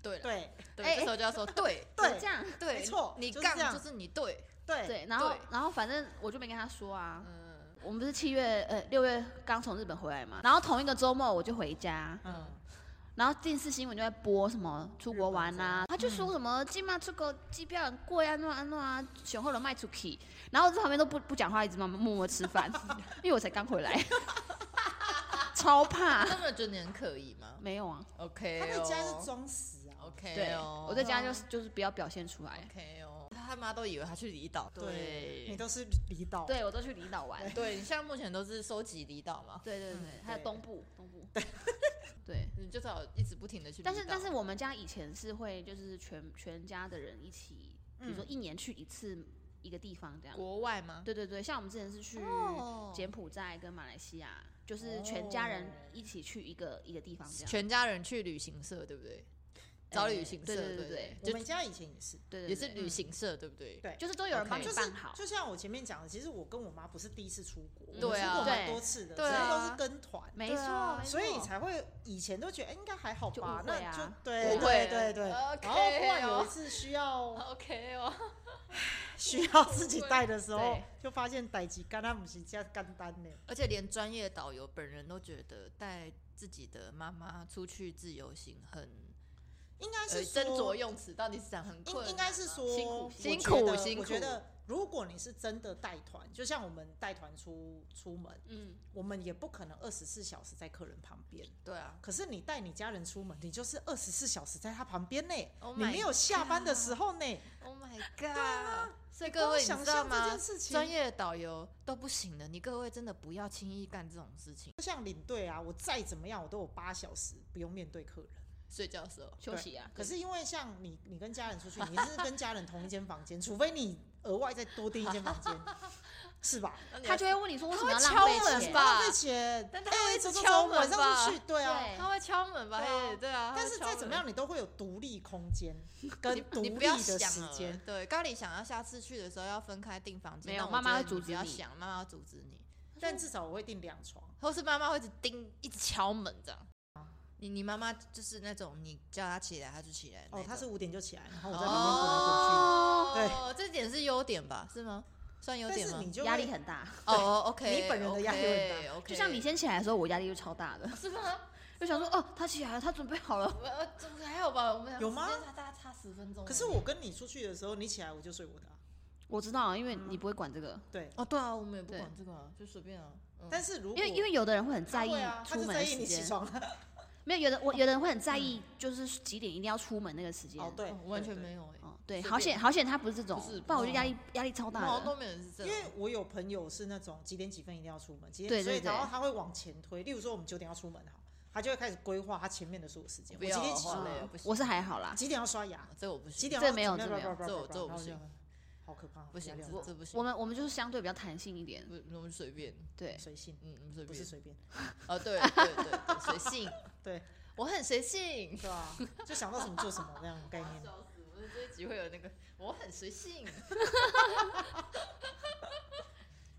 Speaker 2: 对了，
Speaker 3: 对
Speaker 1: 哎
Speaker 2: 对，这时候就要说对
Speaker 3: 对
Speaker 1: 这样
Speaker 2: 对，
Speaker 3: 没错
Speaker 2: 你
Speaker 3: 就是这样
Speaker 2: 杠就是你对，
Speaker 3: 对
Speaker 1: 对，然后
Speaker 2: 对
Speaker 1: 然后反正我就没跟他说啊。
Speaker 2: 嗯，
Speaker 1: 我们不是七月呃六月刚从日本回来嘛，然后同一个周末我就回家，
Speaker 3: 嗯，
Speaker 1: 然后电视新闻就在播什么出国玩啊，他就说什么今嘛出国机票很贵啊，诺啊诺啊，雄厚了卖出去，然后我在旁边都不不讲话，一直默默默吃饭， 因为我才刚回来， 超怕。
Speaker 2: 他们觉得你很可疑吗
Speaker 1: 没有啊，
Speaker 2: ？OK，
Speaker 3: 他在家
Speaker 2: 哦
Speaker 3: 是装死啊，
Speaker 2: OK
Speaker 1: 对
Speaker 2: 哦，，
Speaker 1: 我在家就是就是不要表现出来。
Speaker 2: OK 哦，他他妈都以为他去离岛，
Speaker 3: 你
Speaker 2: 对
Speaker 3: 都是离岛，
Speaker 1: 对我都去离岛玩，
Speaker 2: 对，你现在目前都是收集离岛嘛，
Speaker 1: 对对对，还有
Speaker 2: 对
Speaker 1: 东部东部， 对。
Speaker 2: 你就只好一直不停的去离岛，
Speaker 1: 但是但是我们家以前是会就是全全家的人一起，
Speaker 3: 嗯
Speaker 1: 比如说一年去一次一个地方这样。
Speaker 2: 国外吗？
Speaker 1: 对对对，像我们之前是去
Speaker 2: 哦
Speaker 1: 柬埔寨跟马来西亚，就是全家人一起去一个一个地方这样。
Speaker 2: 全家人去旅行社，对不对？
Speaker 3: 呃
Speaker 2: 找旅行社，
Speaker 1: 对对
Speaker 2: 对
Speaker 1: 对
Speaker 3: 我
Speaker 2: 就
Speaker 3: 们家嗯以前也是，
Speaker 1: 对对对，
Speaker 2: 也是
Speaker 1: 对
Speaker 2: 旅行社，对不对？
Speaker 3: 对
Speaker 1: 就是都有人
Speaker 2: OK
Speaker 1: 帮你
Speaker 3: 就是
Speaker 1: 办好。
Speaker 3: 就像我前面讲的，其实我跟我妈不是第一次出国，
Speaker 2: 对啊
Speaker 3: 我们出国蛮
Speaker 1: 对
Speaker 3: 多次的，
Speaker 2: 对
Speaker 3: 只是
Speaker 2: 啊
Speaker 3: 都是跟团，
Speaker 1: 没
Speaker 2: 对
Speaker 1: 错
Speaker 2: 啊，
Speaker 1: 没
Speaker 3: 所以
Speaker 1: 错
Speaker 3: 才会以前都觉得哎应该还好
Speaker 1: 就误会
Speaker 3: 吧
Speaker 1: 啊，
Speaker 3: 那就对
Speaker 2: 误会
Speaker 3: 对对对。
Speaker 2: 了
Speaker 3: 然后忽然
Speaker 2: OK
Speaker 3: 有
Speaker 2: 哦
Speaker 3: 一次需要
Speaker 2: OK 哦，
Speaker 3: 需要自己带的时候
Speaker 1: 对，
Speaker 3: 就发现逮鸡干他母鸡加干单呢。
Speaker 2: 而且连专业导游本人都觉得带自己的妈妈出去自由行很，
Speaker 3: 应该
Speaker 2: 呃，
Speaker 3: 是说
Speaker 2: 斟酌用词到底是讲很困
Speaker 3: 应
Speaker 2: 难
Speaker 3: 应该是
Speaker 2: 吗
Speaker 3: 说
Speaker 1: 辛苦
Speaker 3: 我
Speaker 2: 辛
Speaker 3: 觉
Speaker 2: 苦
Speaker 3: 得
Speaker 2: 辛
Speaker 3: 我觉
Speaker 2: 苦
Speaker 3: 得如果你是真的带团，就像我们带团出出门，
Speaker 1: 嗯，
Speaker 3: 我们也不可能二十四小时在客人旁边。
Speaker 2: 对啊，
Speaker 3: 可是你带你家人出门，你就是二十四小时在他旁边呢
Speaker 2: Oh
Speaker 3: 你
Speaker 2: my
Speaker 3: 没有啊下班的时候呢。
Speaker 2: Oh my god！所以
Speaker 3: 光
Speaker 2: 各位，你
Speaker 3: 想
Speaker 2: 知道
Speaker 3: 象这
Speaker 2: 吗
Speaker 3: 件事？情
Speaker 2: 专业导游都不行的，你各位真的不要轻易干这种事情。
Speaker 3: 就像领队啊，我再怎么样，我都有八小时不用面对客人。
Speaker 2: 睡觉的时候，
Speaker 1: 休息啊。
Speaker 3: 可是因为像你，你跟家人出去，你是跟家人同一间房间， 除非你额外再多订一间房间，是吧？
Speaker 1: 他就会问你说为什么要
Speaker 2: 他会
Speaker 1: 浪费
Speaker 2: 敲门
Speaker 1: 钱？
Speaker 2: 吧
Speaker 3: 浪费钱，
Speaker 2: 但他
Speaker 3: 哎
Speaker 2: 会一直
Speaker 3: 走走走
Speaker 2: 敲门
Speaker 3: 晚上
Speaker 2: 吧
Speaker 3: 出去，对啊。
Speaker 1: 对
Speaker 2: 他会敲门吧？
Speaker 3: 对啊
Speaker 2: 嘿对啊。
Speaker 3: 但是
Speaker 2: 他会敲门
Speaker 3: 再怎么，样，你都会有独立空间 跟
Speaker 2: 你
Speaker 3: 独
Speaker 2: 你
Speaker 3: 立
Speaker 2: 不要
Speaker 3: 的
Speaker 2: 想
Speaker 3: 时
Speaker 2: 了
Speaker 3: 间。
Speaker 2: 对，咖喱想要下次去的时候要分开订房间，
Speaker 1: 没有
Speaker 2: 那我
Speaker 1: 妈妈
Speaker 2: 觉得
Speaker 1: 会阻
Speaker 2: 你不
Speaker 1: 止
Speaker 2: 要
Speaker 1: 你
Speaker 2: 想，妈妈会阻止你，
Speaker 3: 但至少我会订两床，
Speaker 2: 或是妈妈会一直盯，一直敲门这样。你你妈妈就是那种你叫她起来，她就起来的那
Speaker 3: 哦
Speaker 2: 种。，
Speaker 3: 他是五点就起来，然后我在旁边滚来滚去。
Speaker 2: 哦
Speaker 3: 对
Speaker 2: 哦，这点是优点吧？是吗？算优
Speaker 3: 但
Speaker 2: 点
Speaker 3: 是
Speaker 2: 吗？
Speaker 3: 你就
Speaker 1: 压
Speaker 3: 会
Speaker 1: 力很大，
Speaker 2: 哦哦，OK，
Speaker 3: 你本人的压力很大
Speaker 2: o k
Speaker 1: 就像你先起来的时候，我压力就超大的。
Speaker 2: 是吗？
Speaker 1: 就想说，哦，他起来了，他准备好了。
Speaker 2: 我呃，这个还好吧？我们
Speaker 3: 有吗
Speaker 2: 差大概差十分钟而已。
Speaker 3: 可是我跟你出去的时候，你起来我就睡我的啊、
Speaker 1: 我知道，因为你不会管这个，
Speaker 3: 对。
Speaker 2: 哦，对啊，我们也不
Speaker 1: 对
Speaker 2: 管这个、啊，就随便啊。嗯、
Speaker 3: 但是如
Speaker 1: 因
Speaker 3: 果
Speaker 1: 为因为有的人会很在意
Speaker 3: 他会啊，他
Speaker 1: 出
Speaker 3: 就
Speaker 1: 门
Speaker 3: 在
Speaker 1: 的
Speaker 3: 意
Speaker 1: 时
Speaker 3: 你起
Speaker 1: 间，
Speaker 3: 床了。
Speaker 1: 没有有的我有的人会很在意，就是几点一定要出门那个时间。
Speaker 3: 哦，对
Speaker 2: 哦，完全
Speaker 3: 对。
Speaker 2: 没有哎、
Speaker 1: 哦，对，
Speaker 2: 随
Speaker 1: 好
Speaker 2: 便
Speaker 1: 险好险，他不是这种
Speaker 2: 不是，
Speaker 1: 不然我就
Speaker 2: 不
Speaker 1: 压力压力超
Speaker 2: 我们
Speaker 1: 大
Speaker 2: 好
Speaker 1: 的。
Speaker 2: 像都没有人是这
Speaker 3: 对
Speaker 2: 样
Speaker 3: 因。为我有朋友是那种几点几分一定要出门，几
Speaker 1: 对对
Speaker 3: 点，所以
Speaker 1: 对
Speaker 3: 然后他会往前推。例如说我们九点要出门好，他就会开始规划他前面的所有时间。
Speaker 2: 不
Speaker 3: 我
Speaker 2: 要
Speaker 3: 几
Speaker 1: 啊
Speaker 3: 点起
Speaker 2: 好
Speaker 3: 床？啊
Speaker 2: 累哦不行
Speaker 1: 我是还好啦，
Speaker 3: 几点要刷牙？
Speaker 2: 这我不行，
Speaker 3: 几点
Speaker 1: 这
Speaker 3: 要
Speaker 1: 没有
Speaker 3: 怎么样
Speaker 2: 这没有这我这我不。
Speaker 3: 然后好可怕，
Speaker 2: 不行，
Speaker 3: 压力好
Speaker 2: 这这不行，
Speaker 1: 我们我们就是相对比较弹性一点，
Speaker 2: 不，我们随便，
Speaker 1: 对，
Speaker 3: 随性，
Speaker 2: 嗯，我们随
Speaker 3: 不是
Speaker 2: 便。
Speaker 3: 随便，
Speaker 2: 哦，对对对对，随性，
Speaker 3: 对
Speaker 2: 我很随性。
Speaker 3: 对啊，就想到什么做什么那样的概念。 哦
Speaker 2: 笑死！我这一集会有那个，我很随性。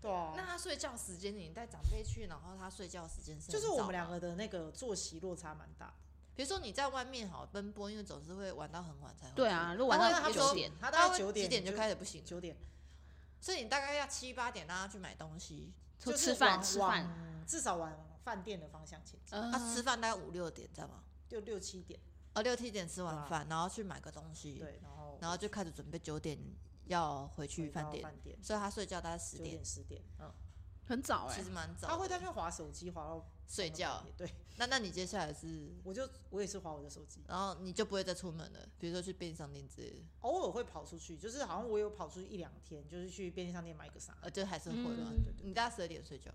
Speaker 3: 对啊
Speaker 2: 那，他睡觉时间，你带长辈去，然后他睡觉时间是
Speaker 3: 就是
Speaker 2: 很
Speaker 3: 我
Speaker 2: 早
Speaker 3: 们两
Speaker 2: 吗
Speaker 3: 个的那个作息落差蛮大的。
Speaker 2: 比如说你在外面好奔波，因为总是会玩到很晚才回
Speaker 1: 对
Speaker 2: 去，哦
Speaker 1: 啊，如果玩
Speaker 3: 他会
Speaker 1: 到
Speaker 3: 他
Speaker 1: 九
Speaker 3: 说
Speaker 1: 点，
Speaker 3: 他
Speaker 2: 大
Speaker 3: 大
Speaker 2: 概
Speaker 3: 概九
Speaker 2: 几点
Speaker 3: 就
Speaker 2: 就开始不行了，
Speaker 3: 九点，
Speaker 2: 所以你大概要七八点让他去买东西，
Speaker 1: 说
Speaker 3: 就是
Speaker 1: 吃饭
Speaker 3: 往
Speaker 1: 吃饭，，
Speaker 2: 嗯
Speaker 3: 往至少往饭店的方向前进，
Speaker 2: 他、
Speaker 1: 嗯
Speaker 2: 吃饭大概五六点，知道吗？
Speaker 3: 就六七点
Speaker 2: 哦，六七点吃完饭，然后去买个东西，
Speaker 3: 啊对，然后
Speaker 2: 嗯然后就开始准备九点要回去
Speaker 3: 回到
Speaker 2: 饭店，
Speaker 3: 饭店
Speaker 2: 所以他睡觉大概十
Speaker 3: 九
Speaker 2: 点
Speaker 3: 点，十点，嗯，
Speaker 1: 很早哎
Speaker 2: 其实，蛮早的。
Speaker 3: 他会在那边划手机划到
Speaker 2: 睡觉
Speaker 3: 半。夜，对
Speaker 2: 那那你接下来是，
Speaker 3: 我就我也是划我的手机，
Speaker 2: 然后你就不会再出门了，比如说去便利商店之类的，
Speaker 3: 偶尔会跑出去，就是好像我有跑出去一两天，就是去便利商店买个啥，
Speaker 2: 呃，就还是会嘛。
Speaker 1: 嗯
Speaker 3: 对对，
Speaker 2: 你大概十二点睡觉。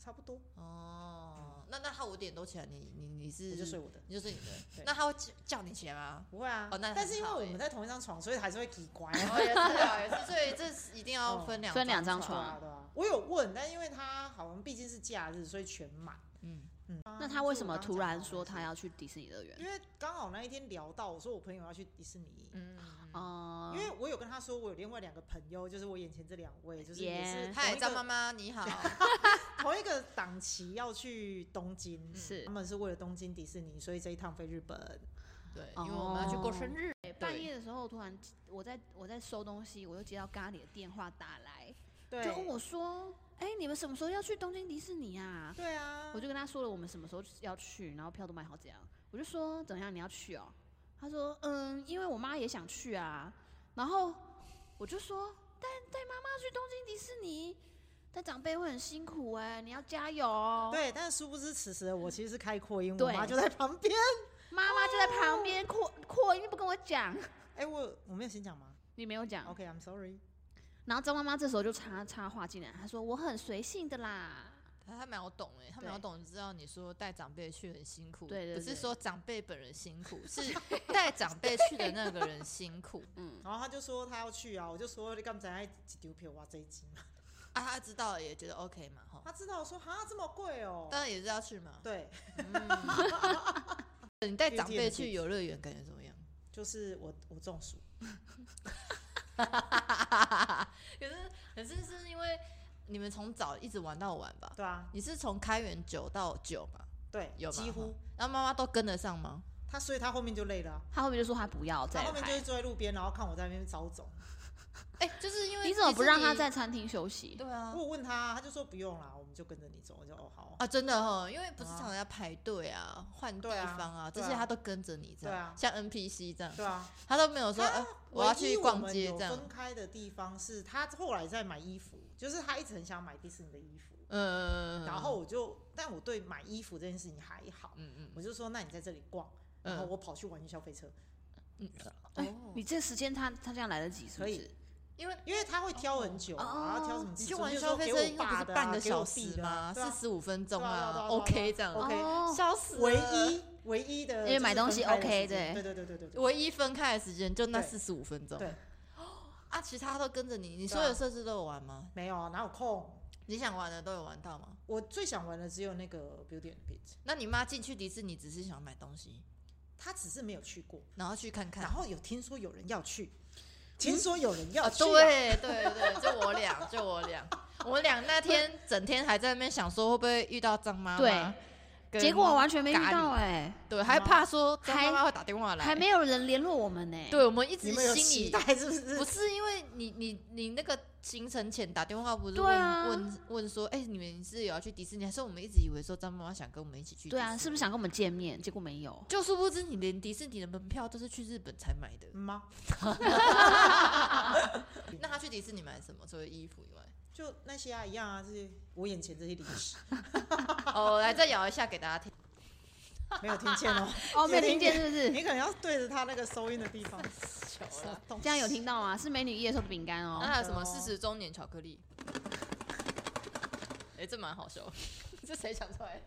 Speaker 3: 差不多，
Speaker 2: 哦，那那他五点多起来，你你你是
Speaker 3: 我就睡我的，
Speaker 2: 你就睡你的
Speaker 3: 对，
Speaker 2: 那他会叫叫你起来吗？
Speaker 3: 不会啊
Speaker 2: 哦那，
Speaker 3: 但是因
Speaker 2: 很
Speaker 3: 为
Speaker 2: 好
Speaker 3: 我
Speaker 2: 欸
Speaker 3: 们在同一张床，所以还是会奇怪啊。
Speaker 2: 哦，也是啊，也是，所以这是一定要分两
Speaker 1: 分两张
Speaker 2: 床
Speaker 1: 床
Speaker 3: 啊对啊，我有问，但因为他好像毕竟是假日，所以全满。
Speaker 2: 嗯，
Speaker 3: 嗯，
Speaker 1: 那他为什么突然说他？要去迪士尼乐园
Speaker 3: 因？为刚好那一天聊到，我说我朋友要去迪士尼，
Speaker 2: 嗯，
Speaker 1: 哦、
Speaker 3: 因为我有跟他说我有另外两个朋友，就是我眼前这两位，就是
Speaker 1: 耶
Speaker 3: 也是同
Speaker 2: 嗨，
Speaker 3: 一
Speaker 2: 张妈
Speaker 3: 个
Speaker 2: 妈你 好，
Speaker 3: 同一个档期要去东京，
Speaker 1: 是
Speaker 3: 他们是为了东京迪士尼，所以这一趟飞日本。
Speaker 2: 对，因为我们要去过生日，
Speaker 1: 哎半夜的时候，突然我在我在收东西，我就接到咖喱的电话打来，
Speaker 3: 对
Speaker 1: 就，问我说：“哎、你们什么时候要去东京迪士尼啊？”
Speaker 3: 对啊，
Speaker 1: 我就跟他说了我们什么时候要去，然后票都买好这样。我就说：“怎么样，你要去哦？”他说：“嗯，因为我妈也想去啊。”然后我就说：“但带妈妈去东京迪士尼，带长辈会很辛苦哎、你要加油哦。”
Speaker 3: 对，但是殊不知此时的我其实是开扩音，我
Speaker 1: 对
Speaker 3: 妈就在旁边。
Speaker 1: 妈妈就在旁边扩扩音，不跟我讲，
Speaker 3: 哎，我我没有先讲吗
Speaker 1: 你没有讲。
Speaker 3: ？OK，I'm sorry。
Speaker 1: 然后张妈妈这时候就插插话进来，她说：“我很随性的啦。
Speaker 2: 他他秒懂哎，他
Speaker 1: 对
Speaker 2: 秒懂，知道你说带长辈去很辛苦，
Speaker 1: 对对
Speaker 2: 不是
Speaker 1: 对
Speaker 2: 说长辈本人辛苦，是带长辈去的那个人辛苦”
Speaker 1: 嗯，
Speaker 3: 然后他就说他要去啊，我就说你刚才几丢票哇这一集嘛，
Speaker 2: 啊，他知道了也觉得 OK 嘛哈，
Speaker 3: 他知道我说哈这么贵哦，
Speaker 2: 当然也是要去嘛，
Speaker 3: 对，
Speaker 2: 嗯你带长
Speaker 3: 毕
Speaker 2: 辈
Speaker 3: 竟
Speaker 2: 去游乐园感觉怎么样？
Speaker 3: 就是我我中暑，
Speaker 2: 可是可是是因为你们从早一直玩到晚吧？
Speaker 3: 对啊，
Speaker 2: 你是从开园九到九嘛？
Speaker 3: 对，
Speaker 2: 有吗
Speaker 3: 几乎
Speaker 2: 哈然后妈妈都跟得上吗？
Speaker 3: 他，所以他后面就累了啊、
Speaker 1: 她后面就说她不要
Speaker 3: 他
Speaker 1: 再
Speaker 3: 后面就
Speaker 1: 来
Speaker 3: 是。坐在路边，然后看我在那边招走。
Speaker 2: 哎、就是因为
Speaker 1: 你怎么不让她
Speaker 2: 她
Speaker 1: 在？餐厅休息？
Speaker 2: 对啊
Speaker 3: 我，有问他，他就说不用啦，我们就跟着你走。我就哦好啊，
Speaker 2: 啊，真的哦，因为不是
Speaker 3: 啊
Speaker 2: 常常要排队啊、换地
Speaker 3: 对啊
Speaker 2: 方啊，这
Speaker 3: 对啊
Speaker 2: 些他都跟着你这
Speaker 3: 对啊
Speaker 2: 样，像 NPC 这样，
Speaker 3: 对啊。
Speaker 2: 他都没有说，
Speaker 3: 他
Speaker 2: 呃，嗯我要
Speaker 3: 唯一
Speaker 2: 去
Speaker 3: 我
Speaker 2: 逛
Speaker 3: 们
Speaker 2: 街
Speaker 3: 有
Speaker 2: 这样，
Speaker 3: 分开的地方是他后来在买衣服，就是他一直很想买迪士尼的衣服，
Speaker 2: 嗯，
Speaker 3: 然后我就，但我对买衣服这件事情还好，
Speaker 2: 嗯嗯
Speaker 3: 我就说那你在这里逛，然后
Speaker 2: 嗯，
Speaker 3: 我跑去玩具消费车，
Speaker 1: 哎
Speaker 2: 哦，
Speaker 1: 你这时间她她这样来得及是不
Speaker 3: 可
Speaker 1: 是
Speaker 3: 以？
Speaker 2: 因为。
Speaker 3: 因为他会挑很久
Speaker 1: 哦
Speaker 3: 啊，然后挑什么
Speaker 2: 你
Speaker 3: 尺
Speaker 2: 去
Speaker 3: 寸，
Speaker 2: 玩
Speaker 3: 就
Speaker 2: 消
Speaker 3: 说
Speaker 2: 费
Speaker 3: 给
Speaker 2: 车
Speaker 3: 我
Speaker 2: 又不
Speaker 3: 爸
Speaker 2: 是
Speaker 3: 的啊
Speaker 2: 半个
Speaker 3: 给我
Speaker 2: 小
Speaker 3: 弟
Speaker 2: 时
Speaker 3: 的啊
Speaker 2: 吗？
Speaker 3: 对啊
Speaker 2: 四十五分钟
Speaker 3: 对啊对啊对啊对啊
Speaker 2: ，OK 这样，
Speaker 3: OK
Speaker 1: 哦，
Speaker 2: 笑死了，
Speaker 3: 唯一唯一
Speaker 1: 因
Speaker 3: 的
Speaker 1: 为
Speaker 3: 就是分开的时间，
Speaker 1: 买东西 OK，
Speaker 3: 对
Speaker 1: 对
Speaker 3: 对对对对对，
Speaker 2: 唯一分开的时间就那
Speaker 3: 对
Speaker 2: 四十五分钟。
Speaker 3: 对
Speaker 2: 啊，其他都跟着你，你
Speaker 3: 对啊
Speaker 2: 所有设施都有玩吗？
Speaker 3: 没有啊，哪有空？
Speaker 2: 你想玩的都有玩到吗？
Speaker 3: 我最想玩的只有那个 Beauty and the Beast，
Speaker 2: 那你妈进去迪士尼只是想买东西，
Speaker 3: 他只是没有去过，
Speaker 2: 然后去看看
Speaker 3: 然。后有听说有人要去，听说有人要去、啊
Speaker 2: 哦对对对，就我俩，就我俩，我俩那天整天还在那边想说会不会遇到张妈妈，
Speaker 1: 对
Speaker 2: 跟
Speaker 1: 结果完全没遇
Speaker 2: 咖喱
Speaker 1: 到哎，
Speaker 2: 对，还怕说张
Speaker 1: 还
Speaker 2: 妈妈会打电话来，
Speaker 1: 还没有人联络我们呢。
Speaker 2: 对我们一直
Speaker 3: 你们有
Speaker 2: 心
Speaker 3: 期
Speaker 2: 里
Speaker 3: 待是不是？
Speaker 2: 不是因为你你你那个行程前打电话不是
Speaker 1: 对
Speaker 2: 问、
Speaker 1: 啊
Speaker 2: 问问说，哎、你们是有要去迪士尼，还是我们一直以为说张妈妈想跟我们一起去？
Speaker 1: 对啊，是不是？想跟我们见面？结果没有。
Speaker 2: 就殊不知你连迪士尼的门票都是去日本才买的。
Speaker 3: 嗯吗？
Speaker 2: 那他去迪士尼买什么？除了衣服 以外，
Speaker 3: 就那些啊，一样啊，这些我眼前这些零食
Speaker 2: 哦，来再摇一下给大家 听。
Speaker 3: 没有听见哦，
Speaker 1: 哦， 没有听见是不是？
Speaker 3: 你可能要对着他那个收音的地方。哦什么东西
Speaker 1: 这样有听到吗？是美女夜兽的饼干
Speaker 2: 那
Speaker 1: 哦。
Speaker 2: 还有什么
Speaker 3: 哦
Speaker 2: 四十周年巧克力？ 哎、这蛮好笑， 这谁想出来的？